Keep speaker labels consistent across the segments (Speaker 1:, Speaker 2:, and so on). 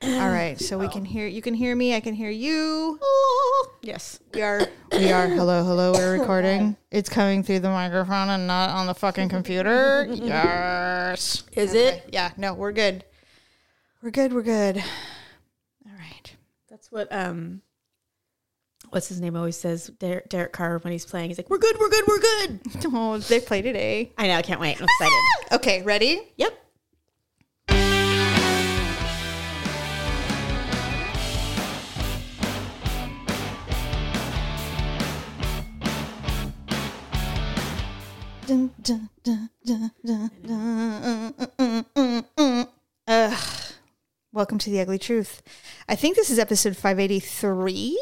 Speaker 1: Mm.
Speaker 2: right. So we can hear you can hear me. I can hear you.
Speaker 1: Yes.
Speaker 2: We are we are hello hello. We're recording. It's coming through the microphone and not on the fucking computer. Yes.
Speaker 1: Is it?
Speaker 2: Yeah. No, we're good. We're good. We're good. All right.
Speaker 1: That's what um what's his name always says Der- Derek Carr when he's playing. He's like, "We're good, we're good, we're good."
Speaker 2: Oh, they play today.
Speaker 1: I know, I can't wait. I'm excited.
Speaker 2: Okay. Ready?
Speaker 1: yep.
Speaker 2: Dun, dun, dun, dun, dun, dun, uh, uh, uh, uh, uh. Ugh. Welcome to the ugly truth. I think this is episode 583,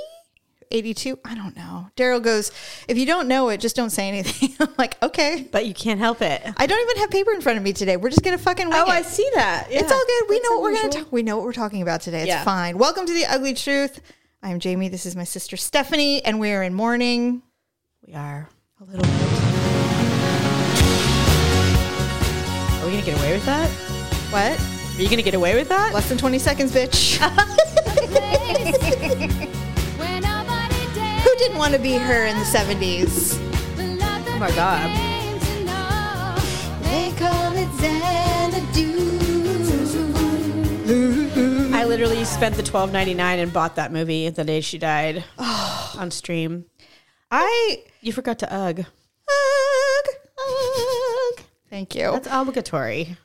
Speaker 2: 82. I don't know. Daryl goes, If you don't know it, just don't say anything. I'm like, Okay.
Speaker 1: But you can't help it.
Speaker 2: I don't even have paper in front of me today. We're just going to fucking wing it.
Speaker 1: Oh, see that.
Speaker 2: It's all good. We know
Speaker 1: That's
Speaker 2: what we're going to
Speaker 1: unusual.
Speaker 2: talk. We know what we're talking about today. It's
Speaker 1: Yeah.
Speaker 2: fine. Welcome to the ugly truth. I'm Jamie. This is my sister Stephanie, and we are in mourning.
Speaker 1: We are.
Speaker 2: A little bit.
Speaker 1: Are we gonna get away with that?
Speaker 2: What?
Speaker 1: Are you gonna get away with that?
Speaker 2: Less than 20 seconds, bitch. Who didn't want to be her in the 70s?
Speaker 3: Oh
Speaker 1: my God.
Speaker 2: They call it Xanadu.
Speaker 1: I literally spent the twelve ninety nine and bought that movie the day she died on stream.
Speaker 2: I.
Speaker 1: You forgot to ugh.
Speaker 2: Ugh, ugh. Thank you.
Speaker 1: That's obligatory.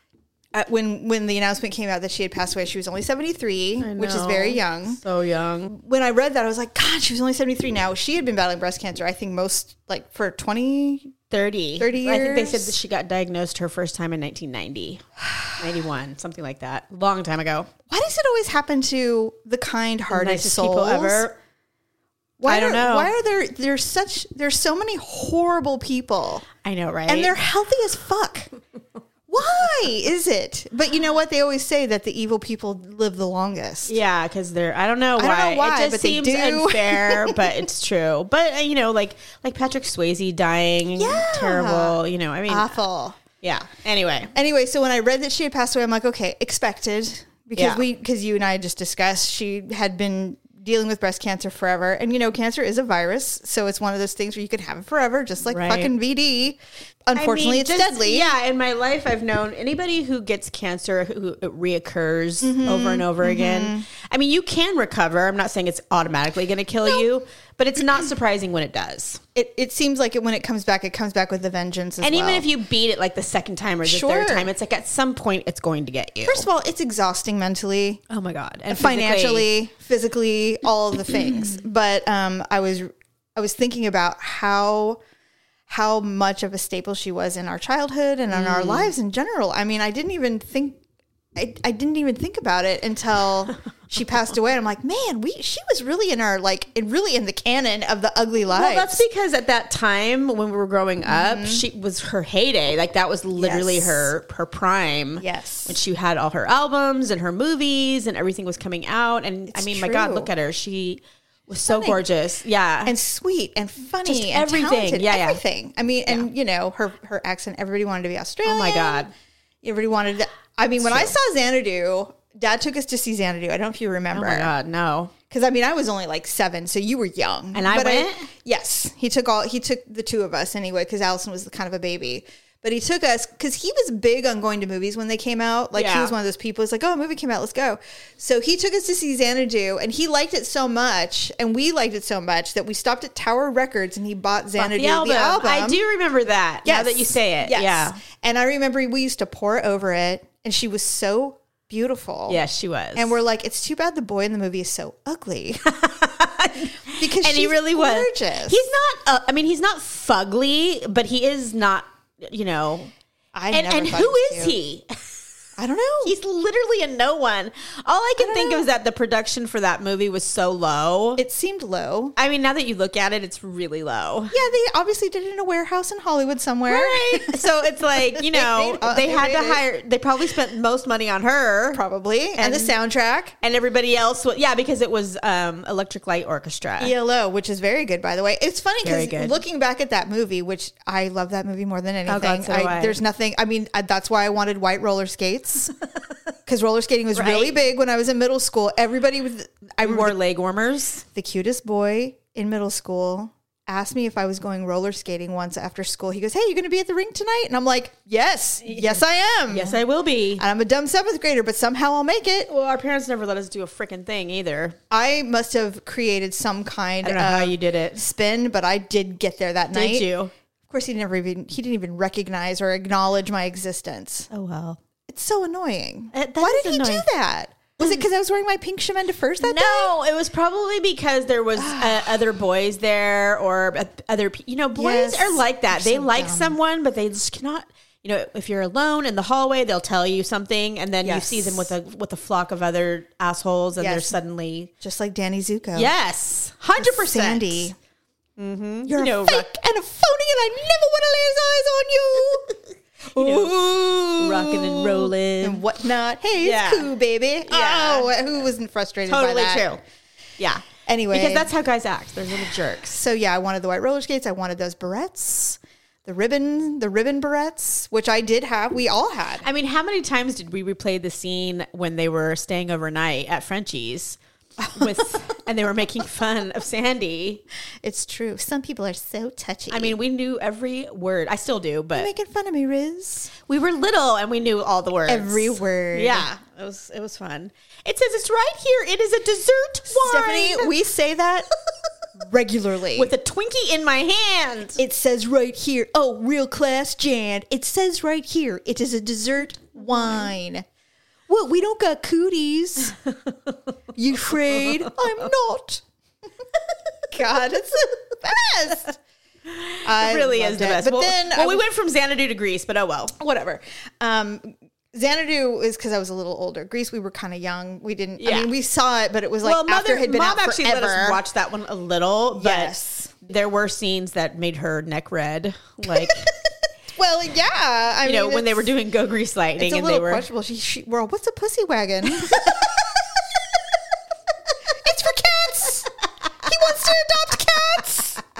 Speaker 2: Uh, when when the announcement came out that she had passed away, she was only 73,
Speaker 1: I
Speaker 2: which is
Speaker 1: know.
Speaker 2: very young.
Speaker 1: So young.
Speaker 2: When I read that, I was like, God, she was only 73 now. She had been battling breast cancer, I think, most like for 20.
Speaker 1: 30.
Speaker 2: 30
Speaker 1: I think they
Speaker 2: years?
Speaker 1: said that she got diagnosed her first time in 1990, 91, something like that. Long time ago.
Speaker 2: Why does it always happen to the kind-hearted
Speaker 1: Nicest
Speaker 2: souls?
Speaker 1: people ever.
Speaker 2: Why
Speaker 1: I don't
Speaker 2: are,
Speaker 1: know.
Speaker 2: Why are there there's such there's so many horrible people
Speaker 1: I know, right?
Speaker 2: and they're healthy as fuck. why is it? But you know what? They always say that the evil people live the longest.
Speaker 1: yeah, because they're I don't know why.
Speaker 2: don't know why,
Speaker 1: it just
Speaker 2: but they
Speaker 1: seems
Speaker 2: do.
Speaker 1: unfair, but it's true. But uh, you know, like like Patrick Swayze dying,
Speaker 2: Yeah.
Speaker 1: terrible. You know, I mean,
Speaker 2: Awful.
Speaker 1: yeah. Anyway,
Speaker 2: Anyway, so when I read that she had passed away, I'm like, okay, expected because
Speaker 1: Yeah.
Speaker 2: we because you and I just discussed she had been dealing with breast cancer forever, and you know, cancer is a virus, so it's one of those things where you could have it forever, just like
Speaker 1: Right.
Speaker 2: fucking VD.
Speaker 1: I
Speaker 2: Unfortunately,
Speaker 1: mean,
Speaker 2: it's
Speaker 1: just-
Speaker 2: deadly.
Speaker 1: Yeah, in my life, I've known anybody who gets cancer who it reoccurs
Speaker 2: Mm-hmm.
Speaker 1: over and over again. I mean, you can recover. I'm not saying it's automatically going to kill you, but it's not surprising when it does.
Speaker 2: It, it seems like it when it comes back, it comes back with a vengeance. As
Speaker 1: And even
Speaker 2: well.
Speaker 1: if you beat it like the second time or the
Speaker 2: Sure.
Speaker 1: third time, it's like at some point it's going to get you.
Speaker 2: first of all, it's exhausting mentally,
Speaker 1: oh my god, and
Speaker 2: financially, physically, all of the things. But um, I was I was thinking about how how much of a staple she was in our childhood and in
Speaker 1: Mm.
Speaker 2: our lives in general. I mean, I didn't even think I, I didn't even think about it until she passed away. I'm like, man, we she was really in our like in really in the canon of the ugly lives.
Speaker 1: Well, that's because at that time when we were growing up, she was her heyday. Like that was literally
Speaker 2: Mm-hmm. Yes.
Speaker 1: her her prime.
Speaker 2: Yes.
Speaker 1: when she had all her albums and her movies and everything was coming out. And I mean, my God,
Speaker 2: true.
Speaker 1: look at her. She was so
Speaker 2: Stunning.
Speaker 1: gorgeous. Yeah,
Speaker 2: and sweet and funny
Speaker 1: Just
Speaker 2: and
Speaker 1: everything.
Speaker 2: talented.
Speaker 1: Yeah, yeah.
Speaker 2: everything. I mean, and you know her her accent. Everybody wanted to be Australian.
Speaker 1: oh my God,
Speaker 2: everybody wanted. To, I mean, when I saw Xanadu, Dad took us to see Xanadu. I don't know if you remember.
Speaker 1: oh my God, no.
Speaker 2: Because I mean, I was only like seven, so you were young.
Speaker 1: And I went?
Speaker 2: yes, he took all. He took the two of us anyway, because Allison was kind of a baby. But he took us because he was big on going to movies when they came out. Like he
Speaker 1: Yeah.
Speaker 2: was one of those people. It's like, oh, a movie came out, let's go. So he took us to see Xanadu, and he liked it so much, and we liked it so much that we stopped at Tower Records and he bought Xanadu
Speaker 1: The album.
Speaker 2: the album.
Speaker 1: I do remember that. Yeah, Now that you say it,
Speaker 2: Yes.
Speaker 1: yeah,
Speaker 2: And I remember we used to pour over it, and she was so beautiful.
Speaker 1: yeah, she was.
Speaker 2: And we're like, it's too bad the boy in the movie is so ugly. because
Speaker 1: and he
Speaker 2: she's
Speaker 1: really
Speaker 2: gorgeous.
Speaker 1: was. He's not. Uh, I mean, he's not fugly, but he is not. You know,
Speaker 2: I
Speaker 1: and
Speaker 2: never
Speaker 1: and
Speaker 2: thought
Speaker 1: who
Speaker 2: was
Speaker 1: is
Speaker 2: cute.
Speaker 1: he?
Speaker 2: I don't know.
Speaker 1: He's literally a no one. All I can think of is that the production for that movie was so low.
Speaker 2: it seemed low.
Speaker 1: I mean, now that you look at it, it's really low.
Speaker 2: Yeah, they obviously did it in a warehouse in Hollywood somewhere.
Speaker 1: so it's like, you know,
Speaker 2: They made-
Speaker 1: they
Speaker 2: they
Speaker 1: had to
Speaker 2: made it.
Speaker 1: hire, they probably spent most money on her.
Speaker 2: Probably. And, the soundtrack.
Speaker 1: And everybody else, wa- yeah, because it was um, Electric Light Orchestra.
Speaker 2: ELO, which is very good, by the way. It's funny
Speaker 1: Very
Speaker 2: because
Speaker 1: good. Oh,
Speaker 2: looking back at that movie, which I love that movie more than anything.
Speaker 1: God, so do
Speaker 2: I,
Speaker 1: I.
Speaker 2: There's nothing. I mean, I- that's why I wanted white roller skates because roller skating was really
Speaker 1: Right.
Speaker 2: big when I was in middle school. Everybody was, I
Speaker 1: We
Speaker 2: remember
Speaker 1: wore leg warmers.
Speaker 2: the cutest boy in middle school asked me if I was going roller skating once after school. He goes, Hey, you going to be at the rink tonight? And I'm like, Yes, yes, I am.
Speaker 1: Yes, I will be.
Speaker 2: And I'm a dumb seventh grader, but somehow I'll make it.
Speaker 1: Well, our parents never let us do a freaking thing either. Um,
Speaker 2: I must have created some kind
Speaker 1: I don't know how
Speaker 2: of
Speaker 1: you did it.
Speaker 2: spin, but I did get there that night.
Speaker 1: Did you?
Speaker 2: Of course, he never even he didn't even recognize or acknowledge my existence.
Speaker 1: Oh well.
Speaker 2: It's so annoying.
Speaker 1: Uh, that
Speaker 2: Why
Speaker 1: is
Speaker 2: did he
Speaker 1: annoying.
Speaker 2: do that? Was it because I was wearing my pink Shemenda first that day?
Speaker 1: No, it was probably because there was uh, other boys there or uh, other pe- you know boys
Speaker 2: Yes.
Speaker 1: are like that. They
Speaker 2: so
Speaker 1: like
Speaker 2: dumb.
Speaker 1: someone, but they just cannot. You know, if you're alone in the hallway, they'll tell you something, and then
Speaker 2: Yes.
Speaker 1: you see them with a with a flock of other assholes, and they're
Speaker 2: Yes.
Speaker 1: suddenly
Speaker 2: Just like Danny Zuko.
Speaker 1: yes, hundred percent.
Speaker 2: Sandy. You're
Speaker 1: You know,
Speaker 2: a fake
Speaker 1: rock-
Speaker 2: and a phony, and I never want to lay his eyes on you. Ooh.
Speaker 1: rocking and rolling.
Speaker 2: and whatnot. Hey,
Speaker 1: Yeah.
Speaker 2: it's cool, baby.
Speaker 1: Yeah.
Speaker 2: Oh, who wasn't frustrated?
Speaker 1: Totally
Speaker 2: by that?
Speaker 1: true. Yeah.
Speaker 2: Anyway.
Speaker 1: because that's how guys act. They're little jerks.
Speaker 2: So yeah, I wanted the white roller skates. I wanted those barrettes, the ribbon, the ribbon barrettes, which I did have. We all had.
Speaker 1: I mean, how many times did we replay the scene when they were staying overnight at Frenchie's with and they were making fun of Sandy?
Speaker 2: It's true. Some people are so touchy.
Speaker 1: I mean, we knew every word. I still do, but
Speaker 2: making fun of me, Riz.
Speaker 1: we were little and we knew all the words.
Speaker 2: Every word.
Speaker 1: Yeah. It was it was fun. It says it's right here. It is a dessert wine
Speaker 2: Stephanie, we say that regularly.
Speaker 1: with a Twinkie in my hand.
Speaker 2: it says right here. Oh, real class, Jan. It says right here. It is a dessert wine. Well, we don't got cooties. you afraid? I'm not. God, it's the best. I
Speaker 1: It really
Speaker 2: loved
Speaker 1: is the
Speaker 2: it.
Speaker 1: best.
Speaker 2: But
Speaker 1: well,
Speaker 2: then
Speaker 1: well,
Speaker 2: I
Speaker 1: we
Speaker 2: was-
Speaker 1: went from Xanadu to Greece, but oh well.
Speaker 2: whatever. Um, Xanadu is because I was a little older. Greece, we were kind of young. We didn't. I
Speaker 1: Yeah.
Speaker 2: mean, we saw it, but it was like after it had been
Speaker 1: mom
Speaker 2: out
Speaker 1: actually
Speaker 2: forever.
Speaker 1: let us watch that one a little, but
Speaker 2: Yes.
Speaker 1: there were scenes that made her neck red, like
Speaker 2: Well, yeah. I
Speaker 1: you
Speaker 2: mean,
Speaker 1: know when they
Speaker 2: it's-
Speaker 1: were doing "Go Grease Lightning"
Speaker 2: it's a
Speaker 1: and they
Speaker 2: little
Speaker 1: were
Speaker 2: questionable. She, she, well, what's a pussy wagon? it's for cats. He wants to adopt cats.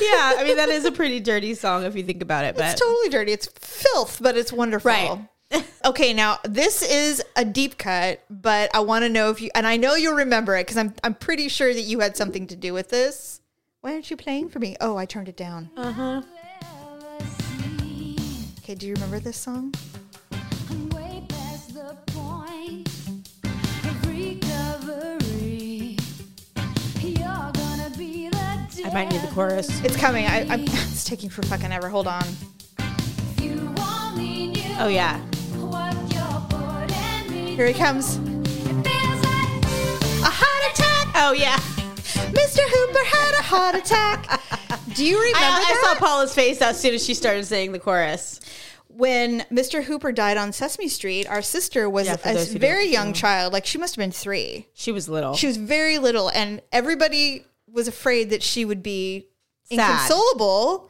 Speaker 1: yeah. I mean, that is a pretty dirty song if you think about it, but
Speaker 2: It's totally dirty. It's filth, but it's wonderful.
Speaker 1: Uh, Right.
Speaker 2: okay, now this is a deep cut, but I want to know if you and I know you'll remember it because I'm I'm pretty sure that you had something to do with this. Why aren't you playing for me? Oh, I turned it down. Okay, do you remember this song?
Speaker 1: I might need the chorus.
Speaker 2: It's coming. I, I'm, it's taking for fucking ever. Hold on.
Speaker 1: Oh yeah,
Speaker 2: Here he comes. A heart attack.
Speaker 1: oh yeah.
Speaker 2: Mr. Hooper had a heart attack. Do you remember
Speaker 1: I, I
Speaker 2: that?
Speaker 1: saw Paula's face as soon as she started saying the chorus.
Speaker 2: when Mr. Hooper died on Sesame Street, our sister was
Speaker 1: Yeah, for
Speaker 2: a
Speaker 1: those who
Speaker 2: very
Speaker 1: don't
Speaker 2: young child. Like she must have been three.
Speaker 1: She was little.
Speaker 2: She was very little, and everybody was afraid that she would be
Speaker 1: Sad.
Speaker 2: inconsolable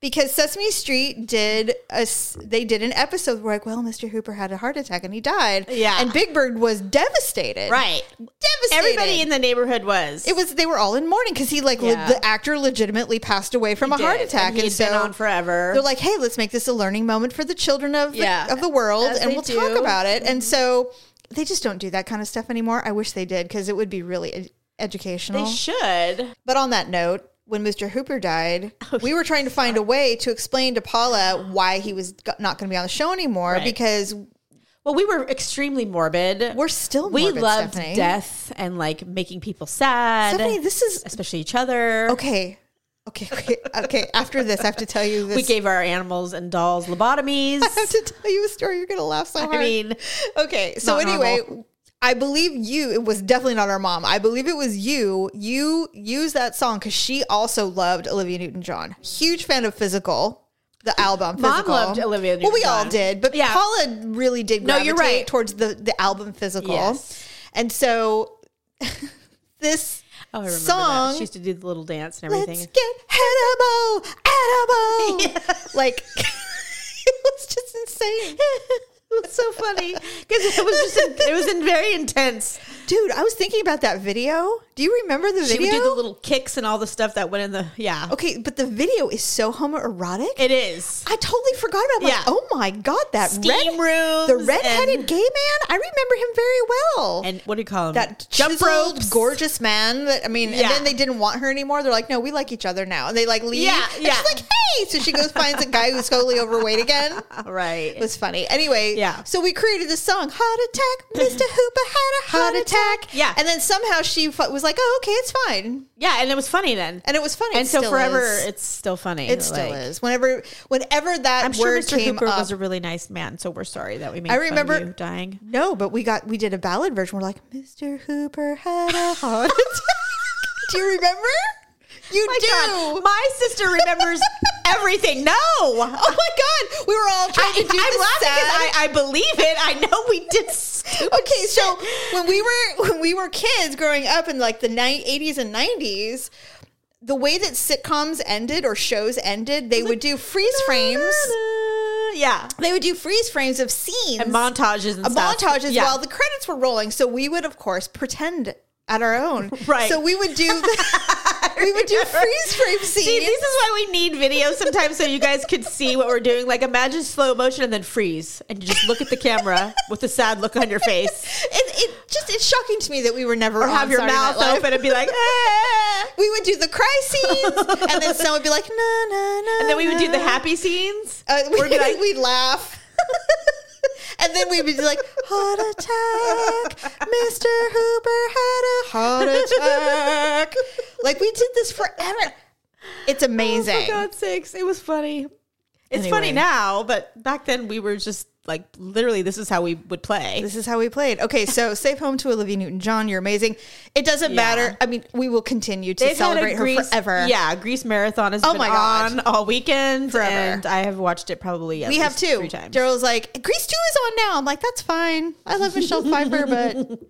Speaker 2: because Sesame Street did a s- they did an episode where like, well, Mr. Hooper had a heart attack and he died.
Speaker 1: Yeah.
Speaker 2: and Big Bird was devastated.
Speaker 1: right.
Speaker 2: devastated.
Speaker 1: Everybody in the neighborhood was.
Speaker 2: it was they were all in mourning because he like le-
Speaker 1: Yeah.
Speaker 2: the actor legitimately passed away from a heart attack,
Speaker 1: And he'd
Speaker 2: so
Speaker 1: been on forever.
Speaker 2: they're like, hey, let's make this a learning moment for the children of the,
Speaker 1: Yeah.
Speaker 2: of the world,
Speaker 1: As
Speaker 2: and
Speaker 1: they
Speaker 2: we'll
Speaker 1: do. Mm-hmm.
Speaker 2: talk about it. And so they just don't do that kind of stuff anymore. I wish they did because it would be really ed- educational.
Speaker 1: they should.
Speaker 2: but on that note, when Mr. Hooper died,
Speaker 1: Oh,
Speaker 2: we were trying to find a way to explain to Paula why he was go- not going to be on the show anymore
Speaker 1: Right.
Speaker 2: because
Speaker 1: Well, we were extremely morbid.
Speaker 2: We're still
Speaker 1: we
Speaker 2: morbid,
Speaker 1: loved
Speaker 2: Stephanie.
Speaker 1: death and like making people sad,
Speaker 2: Stephanie, this is
Speaker 1: especially each other.
Speaker 2: okay. Okay, okay, okay. After this, I have to tell you this.
Speaker 1: We gave our animals and dolls lobotomies.
Speaker 2: I have to tell you a story. You're gonna laugh so hard.
Speaker 1: I mean, oh,
Speaker 2: okay. So
Speaker 1: Not
Speaker 2: anyway,
Speaker 1: normal.
Speaker 2: I believe you. It was definitely not our mom. I believe it was you. You used that song because she also loved Olivia Newton-John. Huge fan of Physical. The album
Speaker 1: Mom
Speaker 2: physical.
Speaker 1: loved Olivia
Speaker 2: Well, we all
Speaker 1: Newton-John.
Speaker 2: did, but
Speaker 1: Yeah.
Speaker 2: Paula really did.
Speaker 1: No, you're
Speaker 2: gravitate
Speaker 1: right.
Speaker 2: Towards the the album physical,
Speaker 1: Yes.
Speaker 2: and so this
Speaker 1: oh, I remember
Speaker 2: song.
Speaker 1: that. She used to do the little dance and
Speaker 2: Let's
Speaker 1: everything.
Speaker 2: get edible, edible. Like it was just insane.
Speaker 1: It was so funny because it was just in- it was in very intense.
Speaker 2: Dude, I was thinking about that video. Do you remember the
Speaker 1: She
Speaker 2: video?
Speaker 1: would do the little kicks and all the stuff that went in the yeah.
Speaker 2: okay, but the video is so homoerotic.
Speaker 1: It is.
Speaker 2: I totally forgot about. I'm
Speaker 1: Yeah.
Speaker 2: Like, oh my god, that
Speaker 1: Steam
Speaker 2: red
Speaker 1: rooms
Speaker 2: the redheaded
Speaker 1: and-
Speaker 2: gay man. I remember him very well.
Speaker 1: And what do you call them?
Speaker 2: that
Speaker 1: jump rope,
Speaker 2: gorgeous man. That I mean,
Speaker 1: Yeah.
Speaker 2: and then they didn't want her anymore. They're like, no, we like each other now, and they like leave.
Speaker 1: Yeah,
Speaker 2: and
Speaker 1: yeah.
Speaker 2: She's like, hey, so she goes finds a guy who's totally overweight again. It
Speaker 1: Right.
Speaker 2: was funny. Anyway,
Speaker 1: Yeah.
Speaker 2: So we created this song, "Heart Attack." Mr. Hooper had a heart, attack.
Speaker 1: Yeah.
Speaker 2: And then somehow she fu- was like, "Oh, okay, it's fine,"
Speaker 1: Yeah, and it was funny then.
Speaker 2: and it was funny.
Speaker 1: And
Speaker 2: It
Speaker 1: so
Speaker 2: still
Speaker 1: forever,
Speaker 2: is.
Speaker 1: it's still funny.
Speaker 2: it still
Speaker 1: Like,
Speaker 2: is. Whenever, whenever that
Speaker 1: I'm sure
Speaker 2: word
Speaker 1: Mr.
Speaker 2: came
Speaker 1: Hooper
Speaker 2: up,
Speaker 1: was a really nice man, so we're sorry that we made
Speaker 2: I
Speaker 1: fun
Speaker 2: remember-
Speaker 1: of you dying.
Speaker 2: No, but we got we did a ballad version. We're like, Mr. Hooper had a heart attack. do you remember? You
Speaker 1: My
Speaker 2: do.
Speaker 1: God, my sister remembers everything. No,
Speaker 2: Oh my god, we were all trying to
Speaker 1: I,
Speaker 2: do
Speaker 1: I'm
Speaker 2: this
Speaker 1: laughing because
Speaker 2: sad-
Speaker 1: I, I believe it. I know we did. Stupid.
Speaker 2: Okay, so when we were when we were kids growing up in like the ni- 80s and 90s, the way that sitcoms ended or shows ended, they would do freeze frames.
Speaker 1: Yeah,
Speaker 2: They would do freeze frames of scenes.
Speaker 1: and montages and
Speaker 2: a
Speaker 1: stuff.
Speaker 2: Uh, montages
Speaker 1: Yeah.
Speaker 2: while the credits were rolling. So we would, of course, pretend at our own.
Speaker 1: Right.
Speaker 2: So we would do the, we would do freeze frame scenes.
Speaker 1: See, this is why we need video sometimes so you guys could see what we're doing. Like, imagine slow motion and then freeze, and you just look at the camera with a sad look on your face,
Speaker 2: it, it just it's shocking to me that we were never
Speaker 1: or have your mouth open and be like, "Ah."
Speaker 2: We would do the cry scenes, and then some would be like, "Na na na,"
Speaker 1: and then we would do the
Speaker 2: na.
Speaker 1: happy scenes.
Speaker 2: Uh, we,
Speaker 1: We'd be like-
Speaker 2: we'd laugh. and then we'd be like, heart attack. Mr. Hooper had a heart attack. like, we did this forever. It's
Speaker 1: Oh
Speaker 2: amazing.
Speaker 1: For God's sakes, it was funny. It's
Speaker 2: Anyway.
Speaker 1: funny now, but back then we were just like literally, this is how we would play.
Speaker 2: This is how we played. Okay, so safe home to Olivia Newton John. You're amazing. It doesn't
Speaker 1: Yeah.
Speaker 2: matter. I mean, we will continue to
Speaker 1: They've had a
Speaker 2: celebrate her
Speaker 1: Grease-
Speaker 2: forever.
Speaker 1: Yeah, Grease Marathon has
Speaker 2: Oh
Speaker 1: been
Speaker 2: my God.
Speaker 1: on all weekend,
Speaker 2: Forever.
Speaker 1: and I have watched it probably. At
Speaker 2: We have
Speaker 1: least
Speaker 2: two.
Speaker 1: three times.
Speaker 2: Daryl's like, Grease 2 is on now. I'm like, that's fine. I love Michelle Pfeiffer, but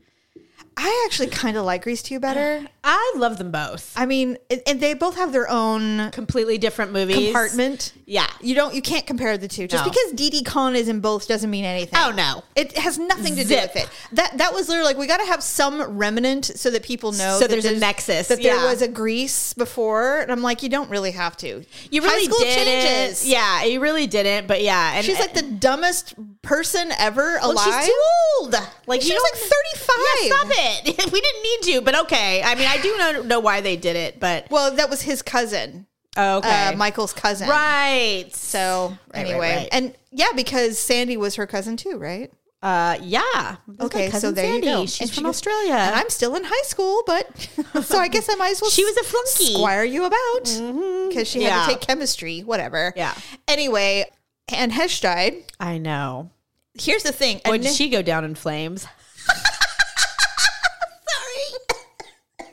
Speaker 2: I actually kind of like Grease 2 better.
Speaker 1: I love them both.
Speaker 2: I mean, and, and they both have their own
Speaker 1: Completely different movies.
Speaker 2: compartment.
Speaker 1: Yeah.
Speaker 2: You don't, you can't compare the two. Just
Speaker 1: No.
Speaker 2: because Dee Dee Khan is in both doesn't mean anything.
Speaker 1: Oh no.
Speaker 2: It has nothing to
Speaker 1: Zip.
Speaker 2: do with it. That that was literally like we got to have some remnant so that people know.
Speaker 1: So
Speaker 2: that
Speaker 1: there's a nexus,
Speaker 2: That
Speaker 1: yeah.
Speaker 2: there was a Greece before, and I'm like, you don't really have to.
Speaker 1: You
Speaker 2: High
Speaker 1: really
Speaker 2: school
Speaker 1: didn't.
Speaker 2: changes.
Speaker 1: Yeah, you really didn't. But yeah, and
Speaker 2: she's like the dumbest person ever alive.
Speaker 1: she's too old. Like
Speaker 2: She
Speaker 1: you
Speaker 2: was like
Speaker 1: don't-
Speaker 2: 35.
Speaker 1: Yeah, stop it. we didn't need you, but okay. I mean, I do know know why they did it, but
Speaker 2: Well, that was his cousin,
Speaker 1: okay.
Speaker 2: uh, Michael's cousin.
Speaker 1: right.
Speaker 2: So
Speaker 1: Right, right,
Speaker 2: anyway,
Speaker 1: right.
Speaker 2: and yeah, because Sandy was her cousin too, right?
Speaker 1: Uh, yeah. That's my
Speaker 2: Okay, so
Speaker 1: cousin
Speaker 2: there
Speaker 1: Sandy.
Speaker 2: you go.
Speaker 1: She's
Speaker 2: And
Speaker 1: from
Speaker 2: she was-
Speaker 1: Australia.
Speaker 2: And I'm still in high school, but so I guess I might as well.
Speaker 1: She was a flunky.
Speaker 2: Squire you about because she had
Speaker 1: Yeah.
Speaker 2: to take chemistry, whatever.
Speaker 1: Yeah.
Speaker 2: Anyway, Anne Hesh died.
Speaker 1: I know.
Speaker 2: Here's the thing.
Speaker 1: When
Speaker 2: Anne-
Speaker 1: did she go down in flames? Sorry.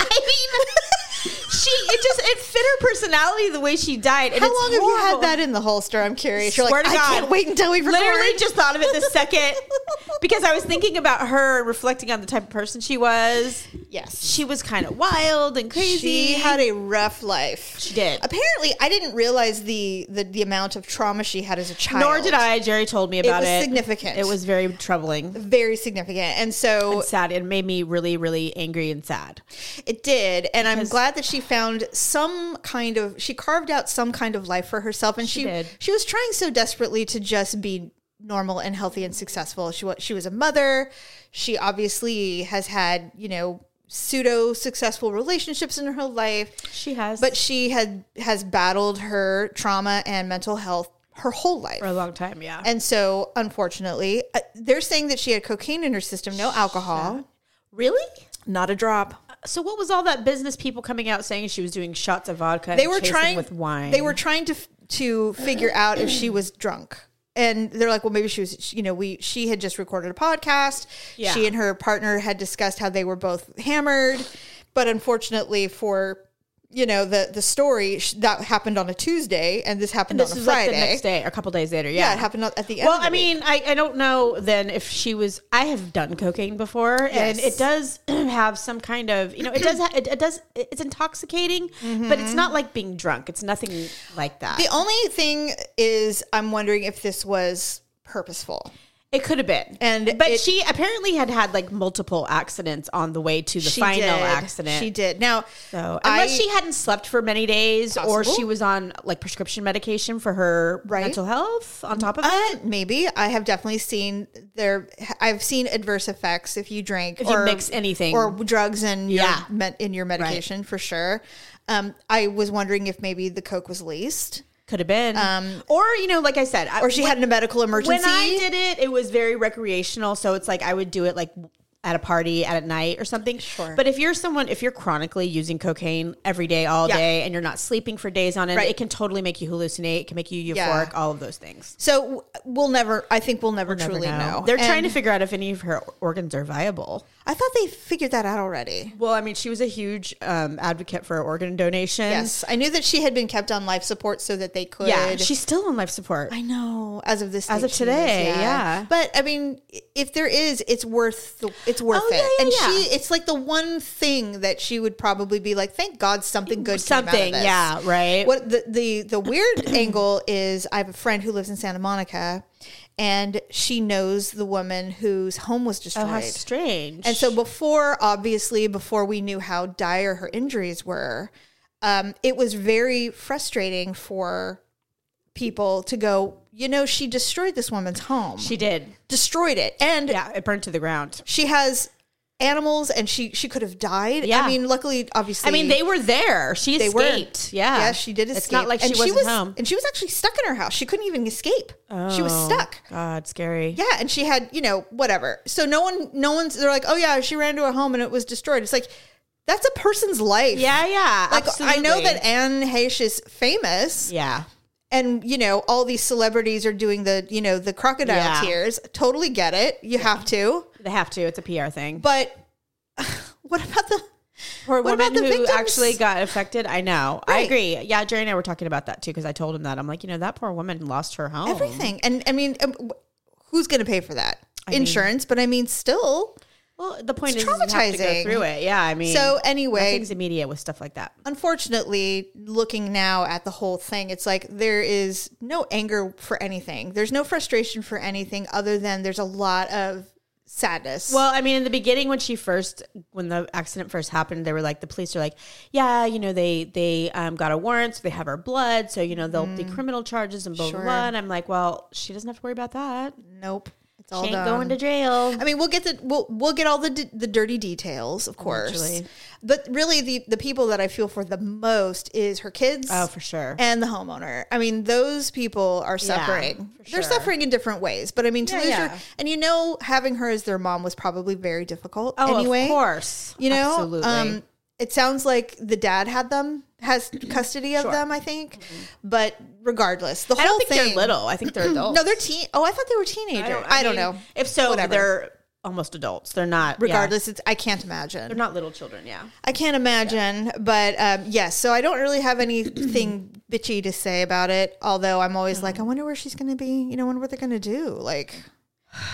Speaker 1: I mean, she it just it fit her personality the way she died. And
Speaker 2: how
Speaker 1: it's
Speaker 2: long have you had
Speaker 1: horrible.
Speaker 2: that in the holster? I'm curious. You're
Speaker 1: Swear
Speaker 2: like,
Speaker 1: to
Speaker 2: I can't
Speaker 1: God.
Speaker 2: wait until we record.
Speaker 1: Literally just thought of it the second because I was thinking about her and reflecting on the type of person she was.
Speaker 2: yes.
Speaker 1: She was kind of wild and crazy.
Speaker 2: She had a rough life.
Speaker 1: She did.
Speaker 2: Apparently, I didn't realize the, the the amount of trauma she had as a child.
Speaker 1: Nor did I. Jerry told me about it.
Speaker 2: was significant.
Speaker 1: It was very troubling,
Speaker 2: Very significant. And so
Speaker 1: sad. It made me really, really angry and sad.
Speaker 2: It did, and I'm glad that she found some kind of she carved out some kind of life for herself, and she she,
Speaker 1: did.
Speaker 2: was trying so desperately to just be normal and healthy and successful. She wa- she was a mother. She obviously has had you know pseudo successful relationships in her life,
Speaker 1: She has,
Speaker 2: but she had has battled her trauma and mental health her whole life.
Speaker 1: for a long time, yeah.
Speaker 2: And so, unfortunately, uh, they're saying that she had cocaine in her system, no alcohol,
Speaker 1: really?
Speaker 2: not a drop.
Speaker 1: So what was all that business people coming out saying she was doing shots of vodka?
Speaker 2: they
Speaker 1: and
Speaker 2: were
Speaker 1: chasing
Speaker 2: trying
Speaker 1: with wine.
Speaker 2: They were trying to f- to figure out if she was drunk. And they're like, well, maybe she was, she- you know, we she had just recorded a podcast.
Speaker 1: Yeah.
Speaker 2: She and her partner had discussed how they were both hammered, but unfortunately for you know the the story sh- that happened on a Tuesday and this happened
Speaker 1: this
Speaker 2: on a
Speaker 1: was
Speaker 2: Friday.
Speaker 1: like the next day, or a couple days later.
Speaker 2: yeah.
Speaker 1: Yeah.
Speaker 2: it happened at the end.
Speaker 1: well,
Speaker 2: of the
Speaker 1: I
Speaker 2: week.
Speaker 1: mean, I, I don't know then if she was. I have done cocaine before,
Speaker 2: Yes.
Speaker 1: and it does have some kind of you know it does ha- it, it does it's intoxicating, but
Speaker 2: Mm-hmm.
Speaker 1: it's not like being drunk. It's nothing like that.
Speaker 2: the only thing is, I'm wondering if this was purposeful.
Speaker 1: It could have been.
Speaker 2: And
Speaker 1: but
Speaker 2: it-
Speaker 1: she apparently had had like multiple accidents on the way to the
Speaker 2: She
Speaker 1: final
Speaker 2: did.
Speaker 1: accident.
Speaker 2: She did. Now,
Speaker 1: So, unless
Speaker 2: I-
Speaker 1: she hadn't slept for many days or
Speaker 2: Possible.
Speaker 1: she was on like prescription medication for her
Speaker 2: Right.
Speaker 1: mental health on top of it.
Speaker 2: Uh, maybe I have definitely seen there. I've seen adverse effects if you drink
Speaker 1: If you mix anything.
Speaker 2: or drugs in
Speaker 1: Yeah.
Speaker 2: your med- in your medication for sure. Um, I was wondering if maybe the coke was leased
Speaker 1: Could have been. Um, or, you know, like I said, I,
Speaker 2: or she had a medical emergency.
Speaker 1: when I did it, it was very recreational. So it's like I would do it like at a party at a night or something.
Speaker 2: Sure.
Speaker 1: But if you're someone, if you're chronically using cocaine every day, all
Speaker 2: Yeah.
Speaker 1: day, and you're not sleeping for days on end,
Speaker 2: Right.
Speaker 1: it can totally make you hallucinate. It can make you euphoric.
Speaker 2: Yeah.
Speaker 1: All of those things.
Speaker 2: so w- we'll never. I think we'll never
Speaker 1: Never
Speaker 2: truly know.
Speaker 1: They're
Speaker 2: And
Speaker 1: trying to figure out if any of her organs are viable.
Speaker 2: I thought they figured that out already.
Speaker 1: Well, I mean, she was a huge um, advocate for organ donation.
Speaker 2: Yes, I knew that she had been kept on life support so that they could.
Speaker 1: Yeah, she's still on life support.
Speaker 2: I know. As of this,
Speaker 1: As
Speaker 2: date
Speaker 1: of
Speaker 2: she is,
Speaker 1: today, yeah.
Speaker 2: But I mean, i- if there is, it's worth the, it's worth
Speaker 1: Oh,
Speaker 2: it.
Speaker 1: yeah, yeah,
Speaker 2: and
Speaker 1: yeah.
Speaker 2: she, it's like the one thing that she would probably be like, "Thank God, something good,
Speaker 1: Something,
Speaker 2: came out of this."
Speaker 1: yeah, right.
Speaker 2: What the the the weird angle is, I have a friend who lives in Santa Monica, and she knows the woman whose home was destroyed.
Speaker 1: oh, how strange.
Speaker 2: And so before, obviously, before we knew how dire her injuries were, um, it was very frustrating for people to go, you know, she destroyed this woman's home. She
Speaker 1: she did.
Speaker 2: destroyed it. And
Speaker 1: Yeah, it burned to the ground.
Speaker 2: she has animals and she she could have died.
Speaker 1: Yeah.
Speaker 2: I mean, luckily, obviously
Speaker 1: I mean, they were there. She
Speaker 2: they were.
Speaker 1: escaped. Yeah.
Speaker 2: Yeah, she did escape.
Speaker 1: It's not like
Speaker 2: and
Speaker 1: she wasn't
Speaker 2: was
Speaker 1: home.
Speaker 2: And she was actually stuck in her house. She couldn't even escape. She was
Speaker 1: Oh,
Speaker 2: stuck.
Speaker 1: God, scary.
Speaker 2: Yeah, and she had, you know, whatever. So no one, no one's. They're like, oh yeah, she ran to a home and it was destroyed. It's like that's a person's life.
Speaker 1: Yeah, yeah.
Speaker 2: like I know
Speaker 1: absolutely.
Speaker 2: that Anne Heche is famous,
Speaker 1: Yeah.
Speaker 2: and you know all these celebrities are doing the, you know, the crocodile
Speaker 1: Yeah.
Speaker 2: tears. Totally get it. You have to,
Speaker 1: They have to. It's a PR thing. But
Speaker 2: but what about the?
Speaker 1: for a
Speaker 2: what
Speaker 1: woman
Speaker 2: about the
Speaker 1: who
Speaker 2: victims?
Speaker 1: actually got affected, I know. I
Speaker 2: Right.
Speaker 1: agree. Yeah, Jerry and I were talking about that too because I told him that. I'm like, you know, that poor woman lost her home.
Speaker 2: Everything, and I mean, um, wh- who's going to pay for that? Insurance, but I mean, still.
Speaker 1: Well, the point
Speaker 2: It's
Speaker 1: is, is you have to go
Speaker 2: traumatizing.
Speaker 1: through it. Yeah, I mean,
Speaker 2: So anyway,
Speaker 1: nothing's immediate with stuff like that.
Speaker 2: unfortunately, looking now at the whole thing, it's like there is no anger for anything. There's no frustration for anything other than there's a lot of sadness.
Speaker 1: Well, I mean, in the beginning, when she first, when the accident first happened, they were like, the police are like, yeah, you know, they they um, got a warrant, so they have her blood, so you know, there'll
Speaker 2: Mm.
Speaker 1: be criminal charges and blah blah blah. And I'm like, well, she doesn't have to worry about that.
Speaker 2: nope. It's
Speaker 1: She
Speaker 2: all
Speaker 1: ain't
Speaker 2: done.
Speaker 1: going to jail.
Speaker 2: I mean, we'll get the we'll we'll get all the d- the dirty details, of course.
Speaker 1: Eventually.
Speaker 2: But really, the the people that I feel for the most is her kids.
Speaker 1: oh, for sure.
Speaker 2: and the homeowner. I mean, those people are suffering.
Speaker 1: for
Speaker 2: They're
Speaker 1: sure.
Speaker 2: suffering in different ways. But I mean, to
Speaker 1: Yeah,
Speaker 2: lose
Speaker 1: yeah.
Speaker 2: her, and you know, having her as their mom was probably very difficult.
Speaker 1: oh,
Speaker 2: anyway,
Speaker 1: of course.
Speaker 2: You know,
Speaker 1: absolutely.
Speaker 2: um, it sounds like the dad had them, has custody of them. I think, but regardless, the
Speaker 1: Mm-hmm. I
Speaker 2: whole
Speaker 1: don't think
Speaker 2: thing.
Speaker 1: they're little. I think they're adults.
Speaker 2: No, they're teen. Oh, I thought they were teenagers. I don't,
Speaker 1: mean,
Speaker 2: know.
Speaker 1: If so,
Speaker 2: Whatever.
Speaker 1: they're almost adults. They're not. yeah.
Speaker 2: Regardless, it's I can't imagine.
Speaker 1: they're not little children. Yeah.
Speaker 2: I can't imagine, but um, yes. So I don't really have anything bitchy to say about it. Although I'm always like, I wonder where she's going to be. You know, I wonder what they're going to do. Like,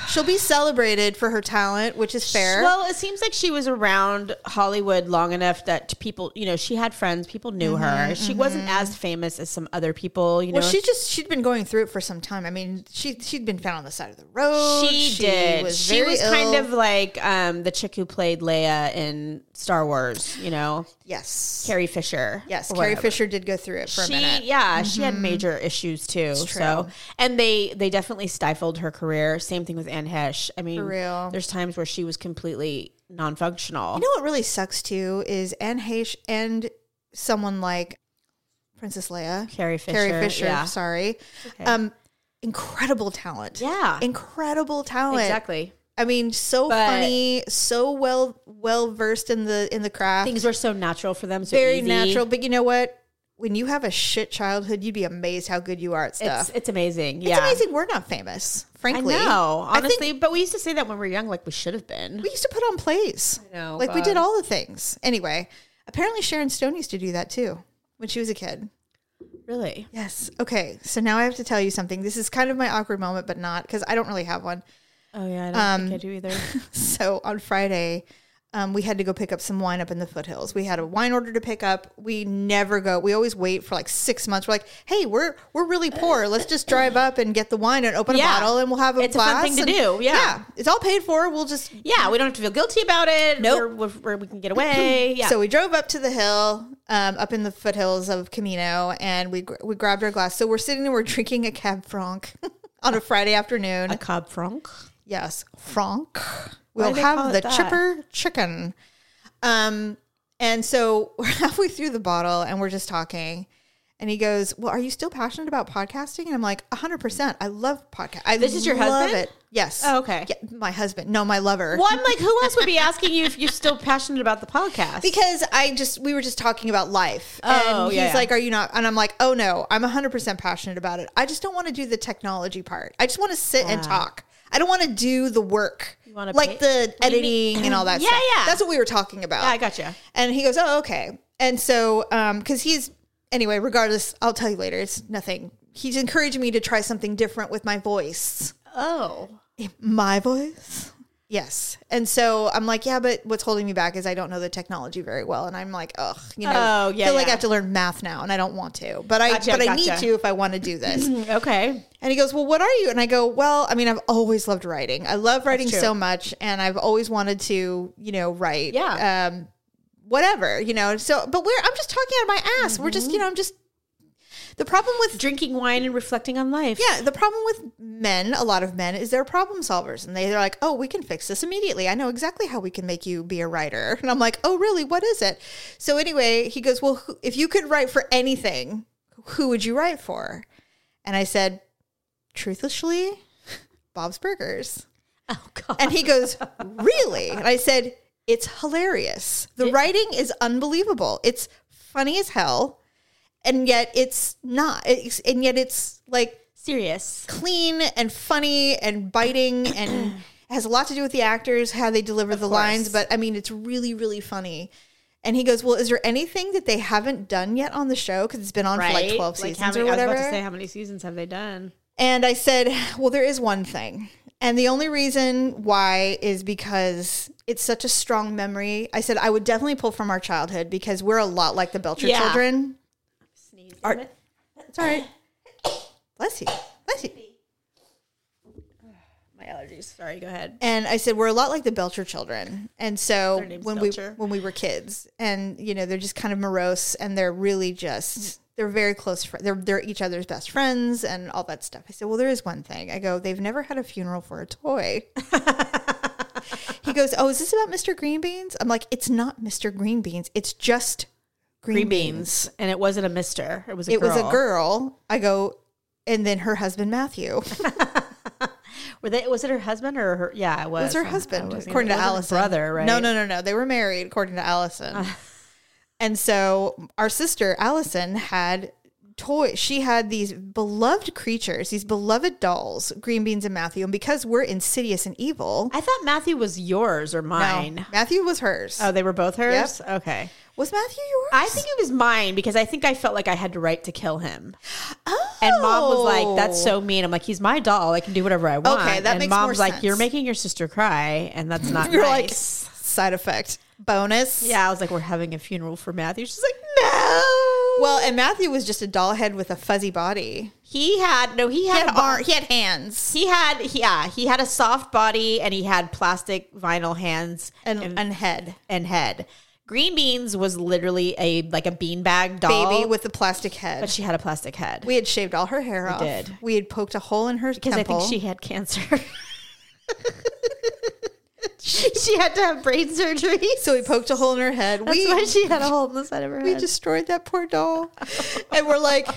Speaker 2: she'll be celebrated for her talent, which is fair.
Speaker 1: Well, it seems like she was around Hollywood long enough that people, you know, she had friends, people knew her. She wasn't as famous as some other people, you know.
Speaker 2: well, she just she'd been going through it for some time. I mean, she she'd been found on the side of the road.
Speaker 1: she, did. she
Speaker 2: very
Speaker 1: was kind
Speaker 2: ill.
Speaker 1: of like um, the chick who played Leia in Star Wars, you know,
Speaker 2: yes,
Speaker 1: Carrie Fisher.
Speaker 2: yes.
Speaker 1: or
Speaker 2: Carrie
Speaker 1: whatever.
Speaker 2: Fisher did go through it for
Speaker 1: She,
Speaker 2: a minute.
Speaker 1: yeah, she
Speaker 2: Mm-hmm.
Speaker 1: had major issues too. So, and they they definitely stifled her career. Same thing with Anne Hesh. I mean,
Speaker 2: real.
Speaker 1: there's times where she was completely non-functional.
Speaker 2: You know what really sucks too is Anne Heche and someone like Princess Leia,
Speaker 1: Carrie Fisher,
Speaker 2: Carrie Fisher.
Speaker 1: yeah.
Speaker 2: Sorry, um, incredible talent.
Speaker 1: Yeah.
Speaker 2: incredible talent.
Speaker 1: exactly.
Speaker 2: I mean, so
Speaker 1: But-
Speaker 2: funny, so well well versed in the in the craft.
Speaker 1: things were so natural for them. So
Speaker 2: Very
Speaker 1: easy.
Speaker 2: natural. But you know what? When you have a shit childhood, you'd be amazed how good you are at stuff.
Speaker 1: It's, it's amazing.
Speaker 2: It's
Speaker 1: Yeah.
Speaker 2: amazing we're not famous,
Speaker 1: I
Speaker 2: frankly.
Speaker 1: know,
Speaker 2: I think
Speaker 1: honestly, but we used to say that when we were young, like we should have been.
Speaker 2: we used to put on plays.
Speaker 1: I know,
Speaker 2: Like we
Speaker 1: God.
Speaker 2: did all the things. Anyway, apparently Sharon Stone used to do that too when she was a kid.
Speaker 1: really?
Speaker 2: Yes. Okay. So now I have to tell you something. This is kind of my awkward moment, but not because I don't really have one.
Speaker 1: Um, Oh yeah, I don't think I do either.
Speaker 2: So on Friday, um, we had to go pick up some wine up in the foothills. We had a wine order to pick up. We never go. We always wait for like six months. We're like, hey, we're we're really poor. Let's just drive up and get the wine and open
Speaker 1: Yeah.
Speaker 2: a bottle, and we'll have a
Speaker 1: It's a fun
Speaker 2: glass.
Speaker 1: thing to
Speaker 2: and-
Speaker 1: do. Yeah.
Speaker 2: it's all paid for. We'll just
Speaker 1: Yeah, we don't have to feel guilty about it.
Speaker 2: Nope.
Speaker 1: We're- we're- we're- we can get away. Yeah.
Speaker 2: So we drove up to the hill, um, up in the foothills of Camino, and we gr- we grabbed our glass. So we're sitting and we're drinking a cab franc on a Friday afternoon.
Speaker 1: a Cab Franc.
Speaker 2: yes, franc.
Speaker 1: do
Speaker 2: We'll
Speaker 1: they call
Speaker 2: have
Speaker 1: it
Speaker 2: the
Speaker 1: that?
Speaker 2: chipper chicken. Um, and so we're halfway through the bottle, and we're just talking. And he goes, "Well, are you still passionate about podcasting?" And I'm like, "100 percent. I love podcast. I
Speaker 1: This is your
Speaker 2: love
Speaker 1: husband?
Speaker 2: It. Yes.
Speaker 1: Oh, okay.
Speaker 2: Yeah, my husband. No, my lover.
Speaker 1: Well, I'm like, who else would be asking you if you're still passionate about the podcast?
Speaker 2: because I just we were just talking about life,
Speaker 1: Oh,
Speaker 2: and he's
Speaker 1: yeah, yeah.
Speaker 2: like, "Are you not?" And I'm like, "Oh no, I'm 100 percent passionate about it. I just don't want to do the technology part. I just want to sit and talk. I don't want to do the work,
Speaker 1: wanna
Speaker 2: like
Speaker 1: pay-
Speaker 2: the editing and all that.
Speaker 1: Yeah,
Speaker 2: stuff.
Speaker 1: yeah.
Speaker 2: That's what we were talking about.
Speaker 1: yeah, I gotcha.
Speaker 2: And he goes, "Oh, okay." And so, um, because he's anyway, regardless, I'll tell you later. It's nothing. He's encouraging me to try something different with my voice
Speaker 1: Oh.
Speaker 2: my voice yes and so i'm like yeah but what's holding me back is i don't know the technology very well and i'm like ugh you know
Speaker 1: Oh, yeah,
Speaker 2: feel like
Speaker 1: yeah.
Speaker 2: i have to learn math now and i don't want to but i
Speaker 1: Gotcha,
Speaker 2: but i
Speaker 1: gotcha.
Speaker 2: need to if i want to do this
Speaker 1: Mm, Okay.
Speaker 2: and he goes well what are you and i go well i mean i've always loved writing i love writing
Speaker 1: true.
Speaker 2: so much and i've always wanted to you know write
Speaker 1: Yeah.
Speaker 2: um whatever you know so but we're i'm just talking out of my ass we're
Speaker 1: Mm-hmm.
Speaker 2: just you know i'm just the problem with
Speaker 1: Drinking wine and reflecting on life.
Speaker 2: yeah, the problem with men, a lot of men, is they're problem solvers, and they, they're like, "Oh, we can fix this immediately. I know exactly how we can make you be a writer." And I'm like, "Oh, really? What is it?" So anyway, he goes, "Well, who, if you could write for anything, who would you write for?" And I said, "Truthfully, Bob's Burgers."
Speaker 1: Oh God.
Speaker 2: And he goes, Really? And I said, It's hilarious. The writing is unbelievable. It's funny as hell. And yet it's not. It's, and yet it's like
Speaker 1: Serious.
Speaker 2: clean and funny and biting and has a lot to do with the actors, how they deliver the lines. But I mean, it's really, really funny. And he goes, Well, is there anything that they haven't done yet on the show? Because it's been on for like 12
Speaker 1: Like,
Speaker 2: seasons
Speaker 1: how many-
Speaker 2: or whatever.
Speaker 1: I was about to say how many seasons have they done?
Speaker 2: And I said, Well, there is one thing. And the only reason why is because it's such a strong memory. I said, I would definitely pull from our childhood because we're a lot like the Belcher
Speaker 1: Yeah.
Speaker 2: children.
Speaker 1: Sneeze.
Speaker 2: Our- it's all right. Bless you. Bless you.
Speaker 1: My allergies. Sorry. Go ahead.
Speaker 2: And I said, We're a lot like the Belcher children. And so
Speaker 1: name's
Speaker 2: when
Speaker 1: Belcher.
Speaker 2: we when we were kids and you know, they're just kind of morose and they're really just they're very close friends. They're they're each other's best friends and all that stuff. I said, Well, there is one thing. I go, They've never had a funeral for a toy. he goes, "Oh, is this about Mr. Green Beans?" I'm like, "It's not Mr. Green Beans. It's just green,
Speaker 1: Green
Speaker 2: beans.
Speaker 1: beans. And it wasn't a mister. It was a
Speaker 2: It
Speaker 1: girl.
Speaker 2: was a girl." I go, and then her husband Matthew.
Speaker 1: Were they, was it her husband or her? Yeah, it was.
Speaker 2: It was her
Speaker 1: I
Speaker 2: husband,
Speaker 1: wasn't-
Speaker 2: according
Speaker 1: it
Speaker 2: to
Speaker 1: wasn't her
Speaker 2: Allison.
Speaker 1: Brother, right? Uh.
Speaker 2: No, no, no, no. They were married, according to Allison. and so our sister Allison had toy. She had these beloved creatures, these beloved dolls, Green Beans and Matthew. And because we're insidious and evil,
Speaker 1: I thought Matthew was yours or
Speaker 2: no,
Speaker 1: mine.
Speaker 2: Matthew was hers.
Speaker 1: Oh, they were both hers. Okay.
Speaker 2: was Matthew yours?
Speaker 1: I think it was mine because I think I felt like I had the right to kill him. And mom was like, "That's so mean." I'm like, "He's my doll. I can do whatever I want."
Speaker 2: Okay, that
Speaker 1: and
Speaker 2: makes more
Speaker 1: mom's like, "You're
Speaker 2: sense.
Speaker 1: making your sister cry, and that's not
Speaker 2: Oh, You're like
Speaker 1: nice."
Speaker 2: side effect bonus.
Speaker 1: yeah, I was like, "We're having a funeral for Matthew." She's like, "No."
Speaker 2: Well, and Matthew was just a doll head with a fuzzy body.
Speaker 1: He had no. He
Speaker 2: He
Speaker 1: had,
Speaker 2: had,
Speaker 1: a
Speaker 2: bar- he had hands
Speaker 1: He had he- yeah. He had a soft body, and he had plastic vinyl hands
Speaker 2: and, and head.
Speaker 1: and head. Green Beans was literally a like a beanbag doll,
Speaker 2: Baby with a plastic head.
Speaker 1: but she had a plastic head.
Speaker 2: We had shaved all her hair off.
Speaker 1: did.
Speaker 2: We had poked a hole in her
Speaker 1: because I
Speaker 2: temple.
Speaker 1: think she had cancer. she had to have brain surgery.
Speaker 2: so we poked a hole in her head.
Speaker 1: That's
Speaker 2: we
Speaker 1: why she had a hole in the side of her
Speaker 2: we
Speaker 1: head.
Speaker 2: destroyed that poor doll. and we're like,